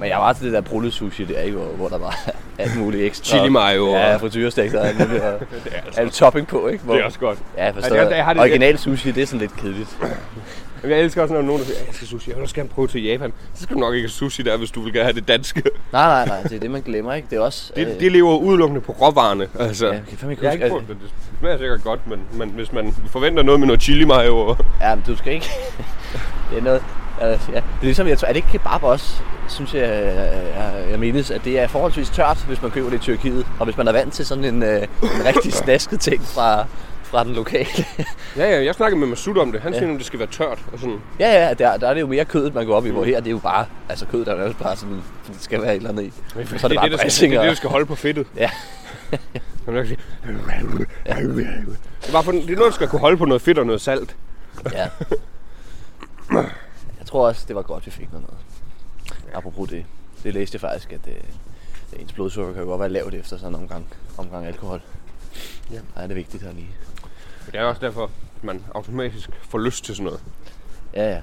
Speaker 5: Men jeg var til det der brulle sushi der, ikke? Hvor, hvor der var *laughs* alt muligt ekstra.
Speaker 7: Chili mayo.
Speaker 5: Ja,
Speaker 7: Ja,
Speaker 5: frityrestegter og alt muligt. Og
Speaker 7: *laughs* det er altså
Speaker 5: alt topping på, ikke? Hvor,
Speaker 7: det er også godt.
Speaker 5: Ja,
Speaker 7: Ja,
Speaker 5: forstår
Speaker 7: det er- det har
Speaker 5: jeg.
Speaker 7: det- *laughs*
Speaker 5: Original sushi, det er sådan lidt kedeligt.
Speaker 7: Jamen, jeg elsker også, når der er nogen, der siger, "Ja, jeg skal sushi, jeg vil også gerne prøve til Japan. Så skal du nok ikke have sushi der, hvis du vil gerne have det danske.
Speaker 5: Nej, nej, nej, det er det, man glemmer, ikke? Det er også...
Speaker 7: Det, det lever udelukkende på råvarerne. Altså.
Speaker 5: Ja, jeg kan fandme ikke
Speaker 7: Jeg har
Speaker 5: huske...
Speaker 7: ikke prøvet det. Det smager sikkert godt, men, men hvis man forventer noget med noget chili mayo og...
Speaker 5: Ja, men du skal ikke... *laughs* det er noget... Altså, ja. Det er ligesom, jeg tror, er det ikke kebab også, synes jeg, øh, jeg, jeg menes, at det er forholdsvis tørt, hvis man køber det i Tyrkiet. Og hvis man er vant til sådan en, øh, en *laughs* rigtig snasket ting fra, fra den lokale. *laughs*
Speaker 7: Ja, ja, jeg snakkede med Masud om det. Han siger, at det skal være tørt. Og sådan.
Speaker 5: ja, ja, der, der er det jo mere kødet, man går op i, hvor her det er jo bare... Altså kødet er jo nærmest bare sådan, fordi det skal være et eller andet i. Så er det,
Speaker 7: det,
Speaker 5: bare
Speaker 7: det, der skal,
Speaker 5: dressing
Speaker 7: det, er
Speaker 5: og...
Speaker 7: det, der skal holde på fedtet. *laughs*
Speaker 5: Ja.
Speaker 7: Jamen, jeg kan sige, det, er bare for, det er noget, der skal kunne holde på noget fedt og noget salt.
Speaker 5: Ja. Jeg tror også, det var godt, vi fik noget. noget. Apropos det. Det læste jeg faktisk, at øh, ens blodsukker kan jo godt være lavt efter sådan en omgang, omgang alkohol. Ja. Ej, det er vigtigt her lige.
Speaker 7: Men det er også derfor, at man automatisk får lyst til sådan noget.
Speaker 5: Ja, ja.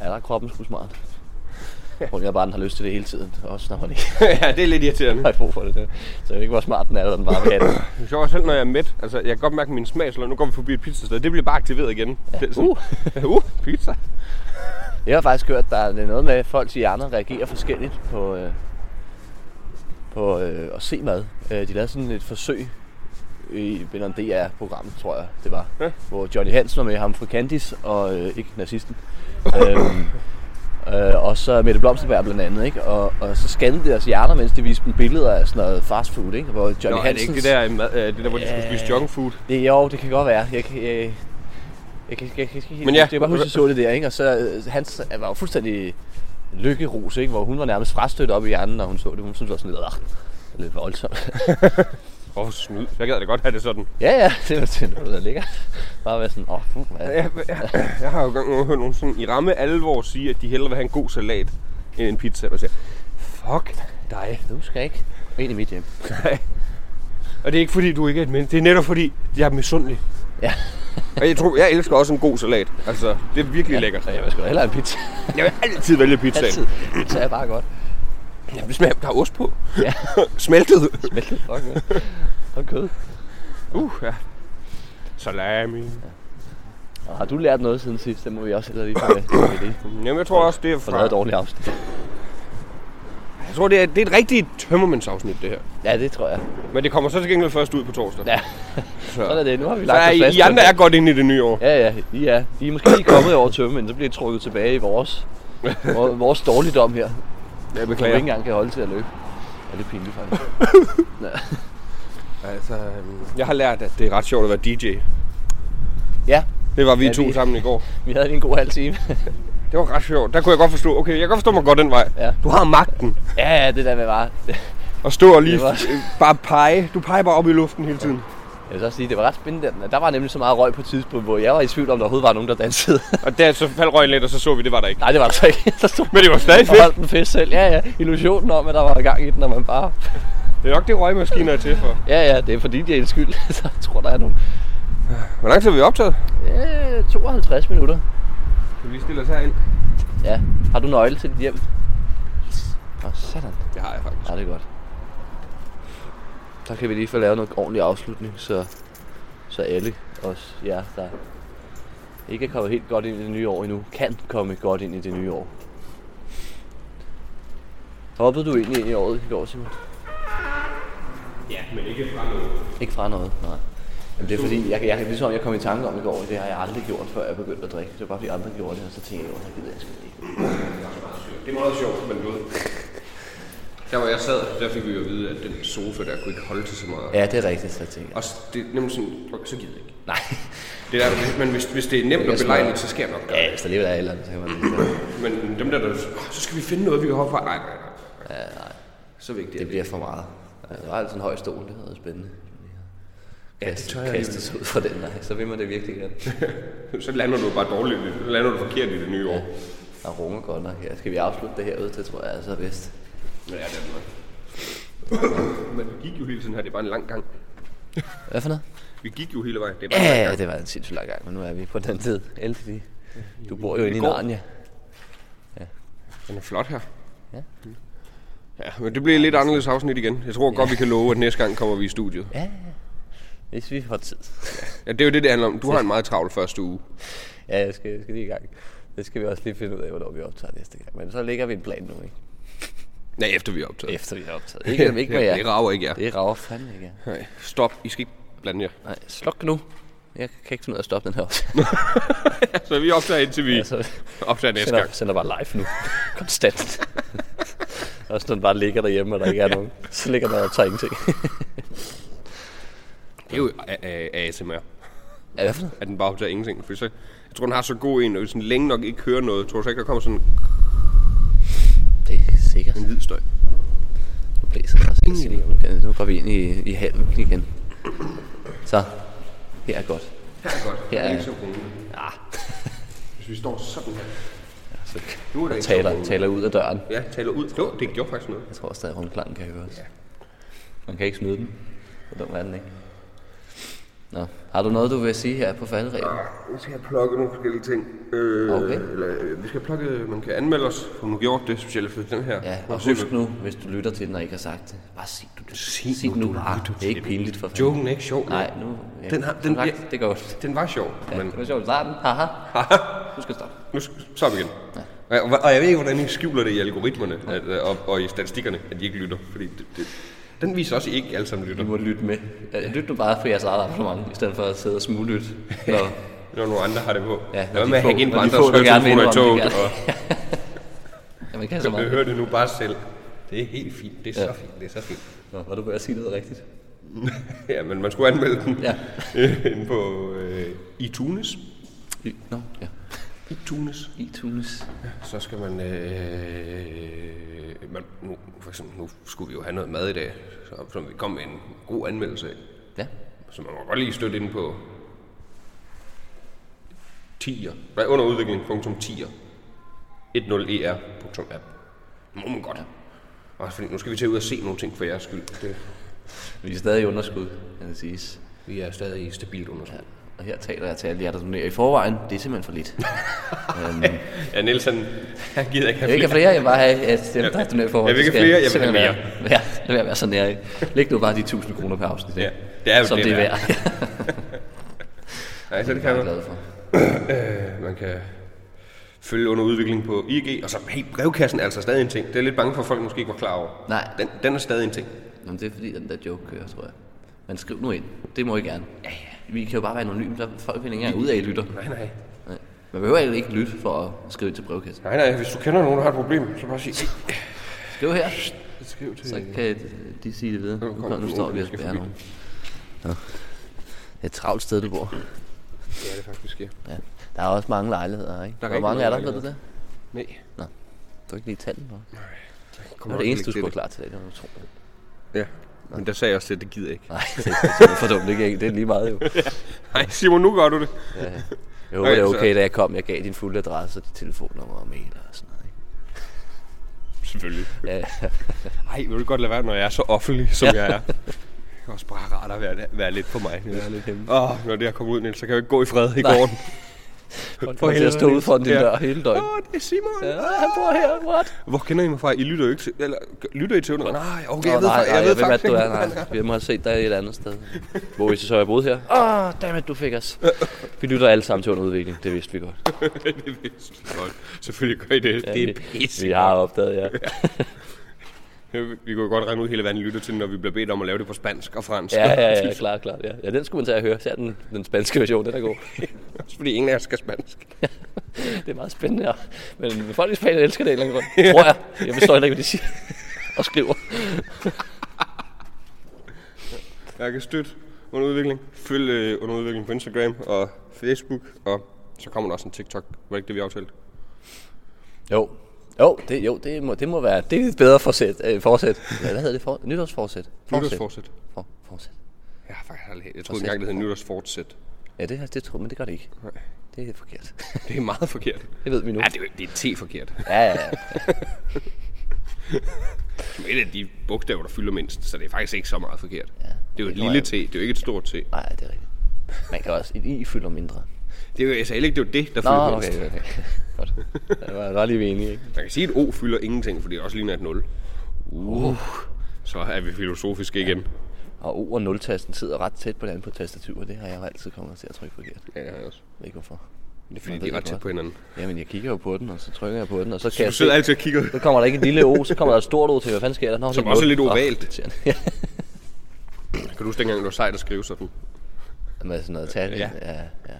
Speaker 5: Ja, der er kroppen sgu smart. Hun jeg bare den har lyst til det hele tiden. Også når man ikke *laughs*
Speaker 7: *laughs* ja, det er lidt irriterende.
Speaker 5: har brug for det. Der. Så jeg ved ikke, hvor smart den er, når den bare vil have det.
Speaker 7: Det er sjovt, selv når jeg er mæt. Altså, jeg kan godt mærke, at min smagsløg, nu går vi forbi et pizzasted, det bliver bare aktiveret igen. Ja. Det er sådan, *laughs* uh. uh, pizza.
Speaker 5: Jeg har faktisk hørt, at der er noget med, at folks hjerner reagerer forskelligt på, øh, på øh, at se mad. Øh, de lavede sådan et forsøg i en DR-program, tror jeg det var,
Speaker 7: Ja.
Speaker 5: hvor Johnny Hansen var med ham fra Candice og øh, ikke
Speaker 7: *laughs*
Speaker 5: nazisten. øhm, øh, og så Mette Blomsterberg blandt andet, ikke? Og, og så scannede de deres hjerner, mens de viste dem billeder af sådan noget fast food, ikke? Hvor Johnny
Speaker 7: Nå, er det
Speaker 5: Hansens...
Speaker 7: ikke det der, i mad, øh, det der hvor de skulle spise junk food?
Speaker 5: Det, jo, det kan godt være. Jeg kan, øh, jeg kan, jeg kan, jeg kan
Speaker 7: Men
Speaker 5: Men
Speaker 7: ja.
Speaker 5: ja. Jeg kan bare huske, at jeg så det der, ikke? Og så øh, hans han var jo fuldstændig lykkerus, ikke? Hvor hun var nærmest frastødt op i hjernen, når hun så det. Hun syntes også sådan lidt, "Ugh, det er lidt voldsomt. *laughs*
Speaker 7: Åh, oh, snyd. Jeg gad da godt have det sådan.
Speaker 5: ja, ja, det var sådan noget, der ligger. Bare være sådan, åh, oh, hvad er det?
Speaker 7: Jeg, jeg, jeg har jo gang hørt nogen sådan i ramme alvor sige, at de hellere vil have en god salat end en pizza. Og, siger, Fuck.
Speaker 5: dig? Du skal ikke ind i mit hjem.
Speaker 7: og det er ikke fordi, du ikke er et menneske. Det er netop fordi, jeg er misundelig.
Speaker 5: Ja.
Speaker 7: og jeg, tror, jeg elsker også en god salat. Altså, det er virkelig ja. lækkert.
Speaker 5: Så jeg vil sgu da hellere have en pizza.
Speaker 7: Jeg vil altid vælge pizzaen.
Speaker 5: Altid. Pizza er bare godt.
Speaker 7: Ja, det smager, der er ost på.
Speaker 5: Ja.
Speaker 7: *laughs* Smeltet.
Speaker 5: Smeltet fuck, ja. Og kød.
Speaker 7: Uh, ja. Salami.
Speaker 5: Og har du lært noget siden sidst? Det må vi også hellere
Speaker 7: *coughs*
Speaker 5: lige få med. Det er det.
Speaker 7: Jamen, jeg tror også, det er
Speaker 5: For lavet et
Speaker 7: fra...
Speaker 5: dårligt afsnit.
Speaker 7: Jeg tror, det er, det er et rigtigt tømmermandsafsnit, det her.
Speaker 5: Ja, det tror jeg.
Speaker 7: Men det kommer så til gengæld først ud på torsdag.
Speaker 5: Ja. Sådan er
Speaker 7: Så,
Speaker 5: det. Nu har vi
Speaker 7: så
Speaker 5: lagt
Speaker 7: er
Speaker 5: os fast.
Speaker 7: I, I
Speaker 5: på
Speaker 7: andre
Speaker 5: det.
Speaker 7: er godt inde i det nye år.
Speaker 5: Ja, ja, I er. I er måske lige kommet over tømmen, så bliver I trukket tilbage i vores, vor- vores dårligdom her. Som
Speaker 7: Jeg
Speaker 5: vi ikke
Speaker 7: beklager.
Speaker 5: engang kan holde til at løbe. Ja, det er pinligt faktisk.
Speaker 7: Altså, øhm, jeg har lært, at det er ret sjovt at være DJ.
Speaker 5: Ja,
Speaker 7: Det var vi
Speaker 5: Ja,
Speaker 7: ja, to
Speaker 5: vi-
Speaker 7: sammen i går.
Speaker 5: vi havde lige en god halv time. *laughs*
Speaker 7: Det var ret sjovt. Der kunne jeg godt forstå, okay, jeg kan godt forstå mig godt den vej.
Speaker 5: Ja.
Speaker 7: Du har magten.
Speaker 5: Ja, ja, det der med bare...
Speaker 7: Og stå og lige
Speaker 5: Det var-
Speaker 7: øh, bare pege. Du peger bare op i luften hele tiden.
Speaker 5: Jeg vil så også sige, det var ret spændende. den der. Der var nemlig så meget røg på et tidspunkt, hvor jeg var i tvivl om, der overhovedet var nogen, der dansede. *laughs*
Speaker 7: Og der så faldt røgen lidt, og så så vi, det var der ikke.
Speaker 5: Nej, det var der så ikke. *laughs* Der stod
Speaker 7: Men det var stadig
Speaker 5: og
Speaker 7: fedt.
Speaker 5: holdt den fest selv. Ja, ja. Illusionen om, at der var gang i den, når man bare...
Speaker 7: Det er nok det, røgmaskiner er til for.
Speaker 5: Ja, ja, det er fordi, det er en skyld. *laughs* så jeg tror, der er nogen.
Speaker 7: Hvor lang tid har vi optaget?
Speaker 5: Ja, 52 minutter.
Speaker 7: Kan vi lige stille os herind?
Speaker 5: Ja. Har du nøgle til dit hjem? Åh, sådan.
Speaker 7: Det har jeg faktisk.
Speaker 5: Ja, det er godt. Så kan vi lige få lavet noget ordentlig afslutning, så, så alle os jer, der ikke er kommet helt godt ind i det nye år endnu, kan komme godt ind i det nye år. Hoppede du egentlig ind i året i går, Simon?
Speaker 7: Ja, men ikke fra noget.
Speaker 5: Ikke fra noget, nej. Jamen, det er fordi, jeg, jeg, ligesom jeg kom i tanke om i går, det har jeg aldrig gjort, før jeg begyndte at drikke. Det var bare fordi andre gjorde det, og så tænkte jeg, at jeg gider jeg sgu ikke.
Speaker 7: Det er meget sjovt, men du ved. Der hvor jeg sad, der fik vi jo at vide, at den sofa der kunne ikke holde til så meget.
Speaker 5: Ja, det er rigtigt, så jeg tænker.
Speaker 7: Og s- det er nemlig sådan, "Fuck, så gider jeg ikke.
Speaker 5: Nej,
Speaker 7: Det er der, men hvis, hvis det er nemt
Speaker 5: Jeg
Speaker 7: og
Speaker 5: smager.
Speaker 7: belejligt, så sker det nok. gøre
Speaker 5: ja, hvis der alligevel er et eller andet, så kan man lige...
Speaker 7: det. Men dem der, der "Åh, så skal vi finde noget, vi kan hoppe fra. Nej, nej, nej. Ja, nej. Så vigtigt.
Speaker 5: Det
Speaker 7: Det
Speaker 5: bliver for meget. Ja, det var altså en høj stol, det havde spændende. Ja, det
Speaker 7: tør jeg
Speaker 5: Kastes ud fra den, nej, så vil man det virkelig gerne.
Speaker 7: så lander du bare dårligt. i det. Så lander du forkert i det nye år.
Speaker 5: Der runger godt nok her. Skal vi afslutte det herude? Det tror jeg altså er bedst.
Speaker 7: Men ja, det er det nok. Men vi gik jo hele tiden her. Det er bare en lang gang.
Speaker 5: Hvad for noget?
Speaker 7: Vi gik jo hele vejen. Det er bare en lang
Speaker 5: Ja,
Speaker 7: gang.
Speaker 5: det var en sindssygt lang gang, men nu er vi på den tid. Elfie, du bor jo inde i
Speaker 7: går.
Speaker 5: Narnia.
Speaker 7: Den er flot her.
Speaker 5: Ja.
Speaker 7: Ja, men det bliver lidt anderledes afsnit igen. Jeg tror godt, vi kan love, at næste gang kommer vi i studiet.
Speaker 5: Ja, ja. Hvis vi får tid.
Speaker 7: Ja, det er jo det, det handler om. Du har en meget travl første uge.
Speaker 5: Ja, jeg skal, jeg skal lige i gang. Det skal vi også lige finde ud af, hvornår vi optager næste gang. Men så lægger vi en plan nu, ikke?
Speaker 7: Nej, efter vi er optaget.
Speaker 5: Efter vi har optaget. Ikke, *laughs* ikke med jer.
Speaker 7: Det rager ikke jer.
Speaker 5: Det rager fandme ikke. jer.
Speaker 7: Nej, stop. I skal ikke blande jer.
Speaker 5: Nej, sluk nu. Jeg kan ikke finde ud af at stoppe den her også.
Speaker 7: Så vi optager indtil vi
Speaker 5: altså,
Speaker 7: optager næste
Speaker 5: sender,
Speaker 7: gang.
Speaker 5: sender bare live nu. *laughs* Konstant. Også når den bare ligger derhjemme, og der ikke er nogen. Så ligger der og tager ingenting.
Speaker 7: Det er jo A- A- ASMR,
Speaker 5: *laughs* Ja, hvad for noget?
Speaker 7: at den bare optager ingenting. For så, jeg tror, den har så god en, og hvis den længe nok ikke hører noget, tror du så ikke, der kommer sådan
Speaker 5: Det er sikkert.
Speaker 7: en hvid støj?
Speaker 5: Nu blæser det også helt sikkert. Nu kan- Nu går vi ind i, i hallen igen. Så. Her er godt. Her er godt. Her er,
Speaker 7: Hvis vi står sådan her.
Speaker 5: så
Speaker 7: Nu er der ikke
Speaker 5: taler, taler ud af døren.
Speaker 7: Ja, taler ud. Jo, det gjorde faktisk noget.
Speaker 5: Jeg tror stadig, at rumklangen kan høre os. Man kan ikke snyde den. Så dum er den ikke. Nå, har du noget, du vil sige her på faldrevet?
Speaker 7: Nu skal jeg plukke nogle forskellige ting. Øh,
Speaker 5: Okay.
Speaker 7: Eller, øh, vi skal plukke, man kan anmelde os, for nu gjort det, specielt for den her.
Speaker 5: Ja, og
Speaker 7: se,
Speaker 5: husk
Speaker 7: hvad-
Speaker 5: nu, hvis du lytter til den og ikke har sagt det, bare sig du det. Sig, sig nu, bare. Det er ikke pinligt for fanden.
Speaker 7: Joken er ikke sjov.
Speaker 5: Nej, nu... Ja,
Speaker 7: Den har-
Speaker 5: som
Speaker 7: den-
Speaker 5: sagt,
Speaker 7: ja.
Speaker 5: det er godt.
Speaker 7: Den var sjov,
Speaker 5: Ja,
Speaker 7: men
Speaker 5: det var sjovt i starten. Haha. Nu skal jeg stoppe.
Speaker 7: nu sk- stop igen. Ja. Og, og jeg ved ikke, hvordan I skjuler det i algoritmerne at, øh, og, og i statistikkerne, at de ikke lytter. Fordi det, det, den viser også, at I ikke alle sammen lytter.
Speaker 5: Du må lytte med. Øh, Lyt nu bare for jeres eget abonnement, i stedet for at sidde og smuglytte. Når,
Speaker 7: Når nogle andre har det på.
Speaker 5: Ja,
Speaker 7: Ja,
Speaker 5: når
Speaker 7: Hvad
Speaker 5: de
Speaker 7: med at
Speaker 5: få-
Speaker 7: hænge ind på
Speaker 5: når de
Speaker 7: andres
Speaker 5: få, der gerne vil
Speaker 7: høretelefoner i toget?
Speaker 5: indrømme, de
Speaker 7: Og,
Speaker 5: ja, man kan så
Speaker 7: og *laughs*
Speaker 5: meget.
Speaker 7: hør det nu bare selv. Det er helt fint. Det er så fint. Det er så fint. *laughs*
Speaker 5: Nå, var du ved at sige noget rigtigt?
Speaker 7: Ja, men man skulle anmelde den
Speaker 5: Ja.
Speaker 7: ja. *laughs* inde på øh, iTunes.
Speaker 5: Y- Nå, ja.
Speaker 7: iTunes.
Speaker 5: iTunes.
Speaker 7: Så skal man, øh, man nu, for eksempel, nu skulle vi jo have noget mad i dag, så, som vi kom med en god anmeldelse af.
Speaker 5: Ja.
Speaker 7: Så man må godt lige støtte inde på tier. Nej, under udvikling.tier. E 10er.app. Må man godt. Ja. Også fordi, nu skal vi til ud og se nogle ting for jeres skyld. Det,
Speaker 5: Vi er stadig i underskud, kan det siges.
Speaker 7: vi er stadig i stabilt underskud. Ja.
Speaker 5: Og her taler jeg til alle jer, der donerer i forvejen. Det er simpelthen for
Speaker 7: *laughs*
Speaker 5: lidt.
Speaker 7: Ja, Niels, han, han gider ikke
Speaker 5: Jeg vil
Speaker 7: have
Speaker 5: ikke have flere, jeg vil bare have, at dem, der donerer i
Speaker 7: Jeg
Speaker 5: forvejen,
Speaker 7: vil ikke
Speaker 5: de
Speaker 7: have
Speaker 5: skal
Speaker 7: flere, jeg vil have
Speaker 5: simpelthen Være, være, lad være at være så nær. ikke? Læg nu bare de 1000 kroner per afsnit, ikke?
Speaker 7: Ja, det er jo
Speaker 5: som
Speaker 7: det
Speaker 5: det er
Speaker 7: værd.
Speaker 5: værd. Jeg
Speaker 7: Nej, så det
Speaker 5: er
Speaker 7: kan
Speaker 5: jeg
Speaker 7: man.
Speaker 5: glad for.
Speaker 7: Man kan følge under udvikling på IG, og så hey, brevkassen er altså stadig en ting. Det er jeg lidt bange for, at folk måske ikke var klar over.
Speaker 5: Nej.
Speaker 7: Den, den er stadig en ting.
Speaker 5: Nå, men det er fordi, den der joke kører, tror jeg. Men skriv nu ind. Det må I gerne. Ja, ja. Vi kan jo bare være anonyme, så folk finder ikke engang ud af, at I lytter.
Speaker 7: Nej, nej.
Speaker 5: Nej. Man behøver egentlig ikke lytte for at skrive til brevkassen.
Speaker 7: Nej, nej, hvis du kender nogen, der har et problem, så bare sig, hey,
Speaker 5: Skriv her,
Speaker 7: skriv til...
Speaker 5: så kan de sige det videre. Nu,
Speaker 7: kommer
Speaker 5: kommer, nu
Speaker 7: den
Speaker 5: står
Speaker 7: unge,
Speaker 5: vi og
Speaker 7: der skal
Speaker 5: spærer
Speaker 7: forbi.
Speaker 5: nogen. Nå. Det er et travlt sted, du bor.
Speaker 7: Ja, det faktisk sker.
Speaker 5: Ja. Der er også mange lejligheder, ikke?
Speaker 7: Der er
Speaker 5: Hvor
Speaker 7: rigtig
Speaker 5: mange er
Speaker 7: mange
Speaker 5: der, ved du det?
Speaker 7: Nej.
Speaker 5: Du har ikke lige talt den, hva'? Det
Speaker 7: Kom
Speaker 5: var
Speaker 7: nok
Speaker 5: det eneste, du
Speaker 7: ikke
Speaker 5: skulle
Speaker 7: til
Speaker 5: klar til. Det var utroligt.
Speaker 7: det. Ja. Men der sagde jeg også, at det gider jeg ikke.
Speaker 5: Nej, det er for dumt. Det, kan- det er lige
Speaker 7: *laughs*
Speaker 5: meget jo.
Speaker 7: Nej, Simon, nu gør du det.
Speaker 5: Jeg håber, det er
Speaker 7: Okay, så-
Speaker 5: okay, da jeg kom. Jeg gav din fulde adresse og dit telefonnummer og mail og sådan noget. Ikke?
Speaker 7: Selvfølgelig. *laughs*
Speaker 5: Ja,
Speaker 7: Nej, vil du godt lade være, når jeg er så offentlig, som jeg er. Det er også bare rart at være, være lidt på mig. Niels.
Speaker 5: er lidt hemmelig.
Speaker 7: Åh, oh, når det er kommet ud, Niels, så kan jeg jo ikke gå i fred i
Speaker 5: Nej.
Speaker 7: gården.
Speaker 5: Folk kommer til at stå ude foran din
Speaker 7: Ja.
Speaker 5: dør hele døgnet.
Speaker 7: Åh, det er Simon.
Speaker 5: Ja, Ah, han bor her, what?
Speaker 7: Hvor kender I mig fra? I lytter jo ikke til... Eller, gør- lytter I til under? Nej, okay, jeg ved,
Speaker 5: nej,
Speaker 7: fa-
Speaker 5: nej,
Speaker 7: jeg ved
Speaker 5: hvem er det,
Speaker 7: faktisk
Speaker 5: du
Speaker 7: ikke. *laughs*
Speaker 5: er. Nej, vi må have set dig et andet sted. Hvor I så har jeg boet her. Åh, oh, dammit, du fik os. Vi lytter alle sammen til under udvikling, det vidste vi godt.
Speaker 7: det vidste vi godt. Selvfølgelig gør I det. Ja, det er
Speaker 5: vi,
Speaker 7: pisse.
Speaker 5: vi har opdaget jer.
Speaker 7: Vi kunne jo godt regne ud hele verden lytter til, når vi bliver bedt om at lave det på spansk og fransk.
Speaker 5: Ja, ja, ja, ja klart, klart. Ja. ja, den skulle man tage at høre. Især den, den spanske version, den er god.
Speaker 7: Også fordi ingen af os skal spansk.
Speaker 5: Det er meget spændende. Og, men folk i Spanien elsker det af en eller anden grund. Tror jeg. Jeg forstår heller ikke, hvad de siger og skriver.
Speaker 7: Jeg kan støtte under udvikling. Følg øh, under udvikling på Instagram og Facebook. Og så kommer der også en TikTok. Var det ikke det, vi aftalte?
Speaker 5: Jo. Jo, det, jo, det må, det må være. Det er et bedre forsæt. Øh, forsæt. Ja, hvad hedder det? For, nytårsforsæt. Forsæt.
Speaker 7: Nytårsfortsæt.
Speaker 5: For, forsæt.
Speaker 7: Jeg har faktisk aldrig... Jeg troede engang, det hed nytårsfortsæt.
Speaker 5: Ja, det, her- det tror men det gør det ikke.
Speaker 7: Nej.
Speaker 5: Det er forkert. *laughs*
Speaker 7: Det er meget forkert.
Speaker 5: Det ved vi nu.
Speaker 7: Ja, det er, det er T-forkert.
Speaker 5: Ja, ja, ja.
Speaker 7: Som et af de bogstaver, der fylder mindst, så det er faktisk ikke så meget forkert. Ja, det er jo et
Speaker 5: det tror
Speaker 7: lille
Speaker 5: jeg.
Speaker 7: T, det er jo ikke et stort T.
Speaker 5: Nej, det er rigtigt. Man kan også, et i fylder mindre.
Speaker 7: Det er jo, jeg sagde ikke, det var det, der
Speaker 5: Nå,
Speaker 7: fylder mindst.
Speaker 5: okay, okay. *laughs* Godt. Det var bare lige enig, ikke?
Speaker 7: Man kan sige, at et O fylder ingenting, fordi det også ligner et 0. Uh. Så er vi filosofiske igen.
Speaker 5: Og O og 0-tasten sidder ret tæt på det andet på tastaturet. Det har jeg jo altid kommet til at trykke forkert.
Speaker 7: Ja, det har jeg også.
Speaker 5: Jeg ved ikke hvorfor.
Speaker 7: Det er fordi,
Speaker 5: Man
Speaker 7: de
Speaker 5: ved
Speaker 7: er ret
Speaker 5: det
Speaker 7: tæt
Speaker 5: godt.
Speaker 7: på hinanden.
Speaker 5: Jamen, jeg kigger jo på den, og så trykker jeg på den, og så kan
Speaker 7: Så du
Speaker 5: jeg
Speaker 7: sidder
Speaker 5: se,
Speaker 7: altid og
Speaker 5: *laughs*
Speaker 7: kigger.
Speaker 5: så kommer der ikke en lille O, så kommer der et stort O til, hvad fanden sker der? Nå, det
Speaker 7: Som
Speaker 5: en
Speaker 7: også er
Speaker 5: nul.
Speaker 7: lidt
Speaker 5: Åh,
Speaker 7: ovalt.
Speaker 5: irriterende. Ja,
Speaker 7: *laughs* Kan du huske dengang, det var sejt at skrive sådan?
Speaker 5: med sådan altså, noget tal.
Speaker 7: Ja.
Speaker 5: Ja. ja. ja.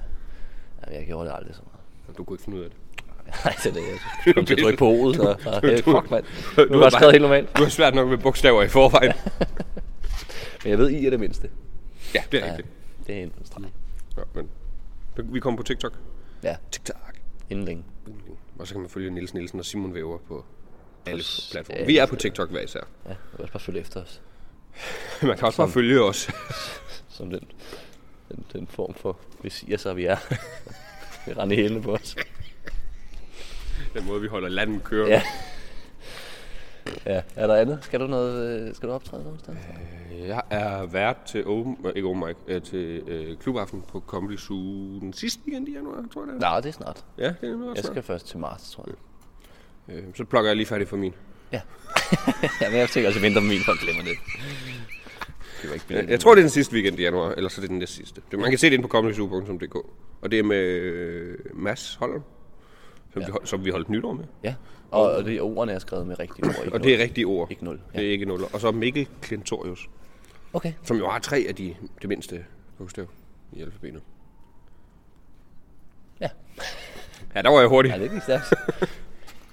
Speaker 5: Jamen, jeg gjorde det aldrig så meget. *laughs*
Speaker 7: Du kunne ikke finde ud af det.
Speaker 5: Nej, det er det. Jeg skulle komme til at trykke på O'et, og, og hey, fuck, mand.
Speaker 7: du
Speaker 5: Nu
Speaker 7: er
Speaker 5: har jeg skrevet
Speaker 7: bare-
Speaker 5: helt normalt.
Speaker 7: Du har svært nok med bogstaver i
Speaker 5: *laughs*
Speaker 7: forvejen.
Speaker 5: Men jeg ved, I er det mindste.
Speaker 7: ja, det er
Speaker 5: Ja,
Speaker 7: rigtigt.
Speaker 5: det er en streg.
Speaker 7: Ja, men. Så- Vi kommer på TikTok.
Speaker 5: Ja,
Speaker 7: TikTok.
Speaker 5: inden længe.
Speaker 7: Og så kan man følge Niels Nielsen og Simon Væver på alle platforme. Vi er på TikTok hver især. *laughs*
Speaker 5: Ja, du kan også bare følge efter os.
Speaker 7: Man kan også bare følge os.
Speaker 5: Som den, den, den form for visir, vi er. *laughs* vi render i hælene på os.
Speaker 7: *laughs* Den måde, vi holder landet kører.
Speaker 5: Ja. Ja, er der andet? Skal du, noget, øh, skal du optræde nogen steder?
Speaker 7: Jeg er vært til open, øh, ikke open mic, øh, til øh, klubaften på Comedy Zoo den sidste weekend i januar, tror jeg det er.
Speaker 5: Nej, det er snart.
Speaker 7: Ja, det er nemlig også
Speaker 5: Jeg skal først til marts, tror jeg.
Speaker 7: snart. øh, Så plukker jeg lige færdig for min.
Speaker 5: Ja, men jeg tænker også, at venter på min, for at glemme det. Det var ikke
Speaker 7: Jeg,
Speaker 5: billigt.
Speaker 7: jeg tror, det er den sidste weekend i januar, eller så er det den næste sidste. Det- Man kan se det inde på comedyzoo.dk. Og det er med øh, Mads Holm, som, ja. vi, hold- som vi holdt nytår med.
Speaker 5: Ja, og, og det er ordene, jeg har skrevet med rigtige ord. ikke
Speaker 7: Og det er
Speaker 5: nul.
Speaker 7: rigtige ord.
Speaker 5: Ikke nul.
Speaker 7: Det
Speaker 5: Ja.
Speaker 7: er ikke nuller. Og så Mikkel Klintorius,
Speaker 5: Okay,
Speaker 7: som jo har tre af de, det mindste bogstav i alfabetet.
Speaker 5: ja.
Speaker 7: Ja, der var jeg hurtig.
Speaker 5: Ja, det gik stærkt.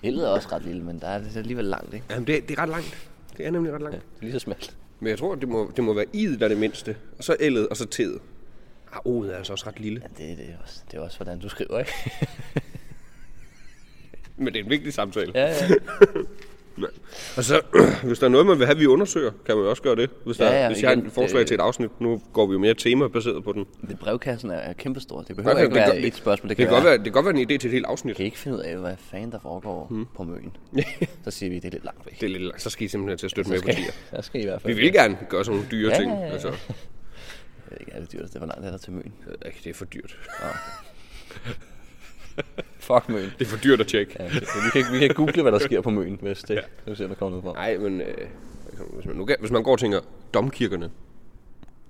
Speaker 5: Helvede er også ret lille, men der er det alligevel langt, ikke?
Speaker 7: Jamen, det, det er ret langt. Det er nemlig ret langt. Ja.
Speaker 5: Det er lige så smalt.
Speaker 7: Men jeg tror, det må, det må være i'et, der er det mindste. Og så l'et, og så t'et. Ah, o'et er altså også ret lille.
Speaker 5: Ja, det, det, er også, det er også, hvordan du skriver, ikke?
Speaker 7: Men det er en vigtig samtale.
Speaker 5: ja, ja.
Speaker 7: Og så, *clears throat* hvis der er noget, man vil have, vi undersøger, kan man jo også gøre det. Hvis, der,
Speaker 5: Ja, ja,
Speaker 7: hvis jeg har
Speaker 5: igen,
Speaker 7: et forslag
Speaker 5: det-
Speaker 7: til et afsnit, nu går vi jo mere temabaseret på den.
Speaker 5: Det brevkassen er er kæmpestor. Det behøver
Speaker 7: det,
Speaker 5: ikke være
Speaker 7: kan-
Speaker 5: et spørgsmål.
Speaker 7: det
Speaker 5: Det kan,
Speaker 7: kan godt
Speaker 5: være,
Speaker 7: være, det kan godt være en idé til et helt afsnit.
Speaker 5: kan I ikke finde ud af, hvad fanden der foregår
Speaker 7: *laughs*
Speaker 5: på møen. så siger vi, det er lidt langt væk.
Speaker 7: Det er lidt, langt. så skal I simpelthen til at støtte med på
Speaker 5: skal,
Speaker 7: tier.
Speaker 5: der skal I i hvert
Speaker 7: Vi
Speaker 5: fald.
Speaker 7: vil gerne gøre sådan nogle dyre
Speaker 5: Ja,
Speaker 7: ting.
Speaker 5: ja, ja, ja.
Speaker 7: Altså,
Speaker 5: Jeg ved ikke, er det dyrt? Det var langt er der til møen.
Speaker 7: jeg ved ikke, det er for dyrt.
Speaker 5: Fuck møen.
Speaker 7: Det er for dyrt at tjekke.
Speaker 5: Ja, det- vi, kan, ikke- vi kan google, hvad der sker på møen, hvis det ja. ser, der kommer noget fra.
Speaker 7: Nej, men øh, hvis, man, nu, kan- hvis man går og tænker, domkirkerne,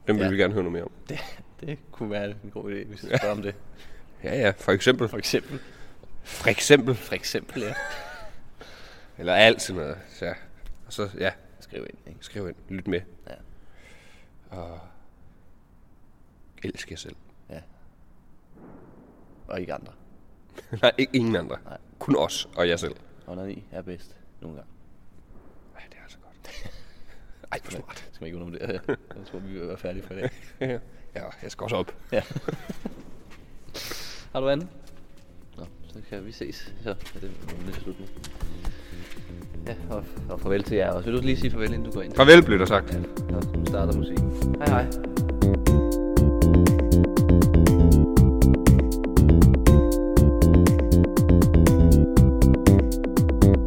Speaker 7: dem vil
Speaker 5: Ja.
Speaker 7: vi gerne høre noget mere om.
Speaker 5: Det, det kunne være en god idé, hvis vi spørger om det.
Speaker 7: Ja, ja, for eksempel.
Speaker 5: For eksempel.
Speaker 7: For eksempel.
Speaker 5: For eksempel, ja.
Speaker 7: Eller alt sådan noget. Så, ja. Og så, ja,
Speaker 5: Skriv ind, ikke?
Speaker 7: skriv ind. Lyt med.
Speaker 5: Ja.
Speaker 7: Og elsk jer selv. *laughs*
Speaker 5: Og ikke andre.
Speaker 7: Nej, ikke ingen andre.
Speaker 5: Nej.
Speaker 7: Kun os og jer selv.
Speaker 5: Under i er bedst nogle gange.
Speaker 7: Ej, det er så godt. *laughs* Ej, hvor smart.
Speaker 5: Det skal man ikke undervurdere. ja. Jeg tror, vi vil være færdige for i dag.
Speaker 7: Ja, jeg skal også op.
Speaker 5: Ja. Har du andet? Nå, så kan vi ses. Så er det lidt slut nu. Ja, og, og farvel til jer også. Vil du lige sige farvel, inden du går ind?
Speaker 7: Farvel, blev der sagt.
Speaker 5: Ja, og nu starter musikken. Hej hej.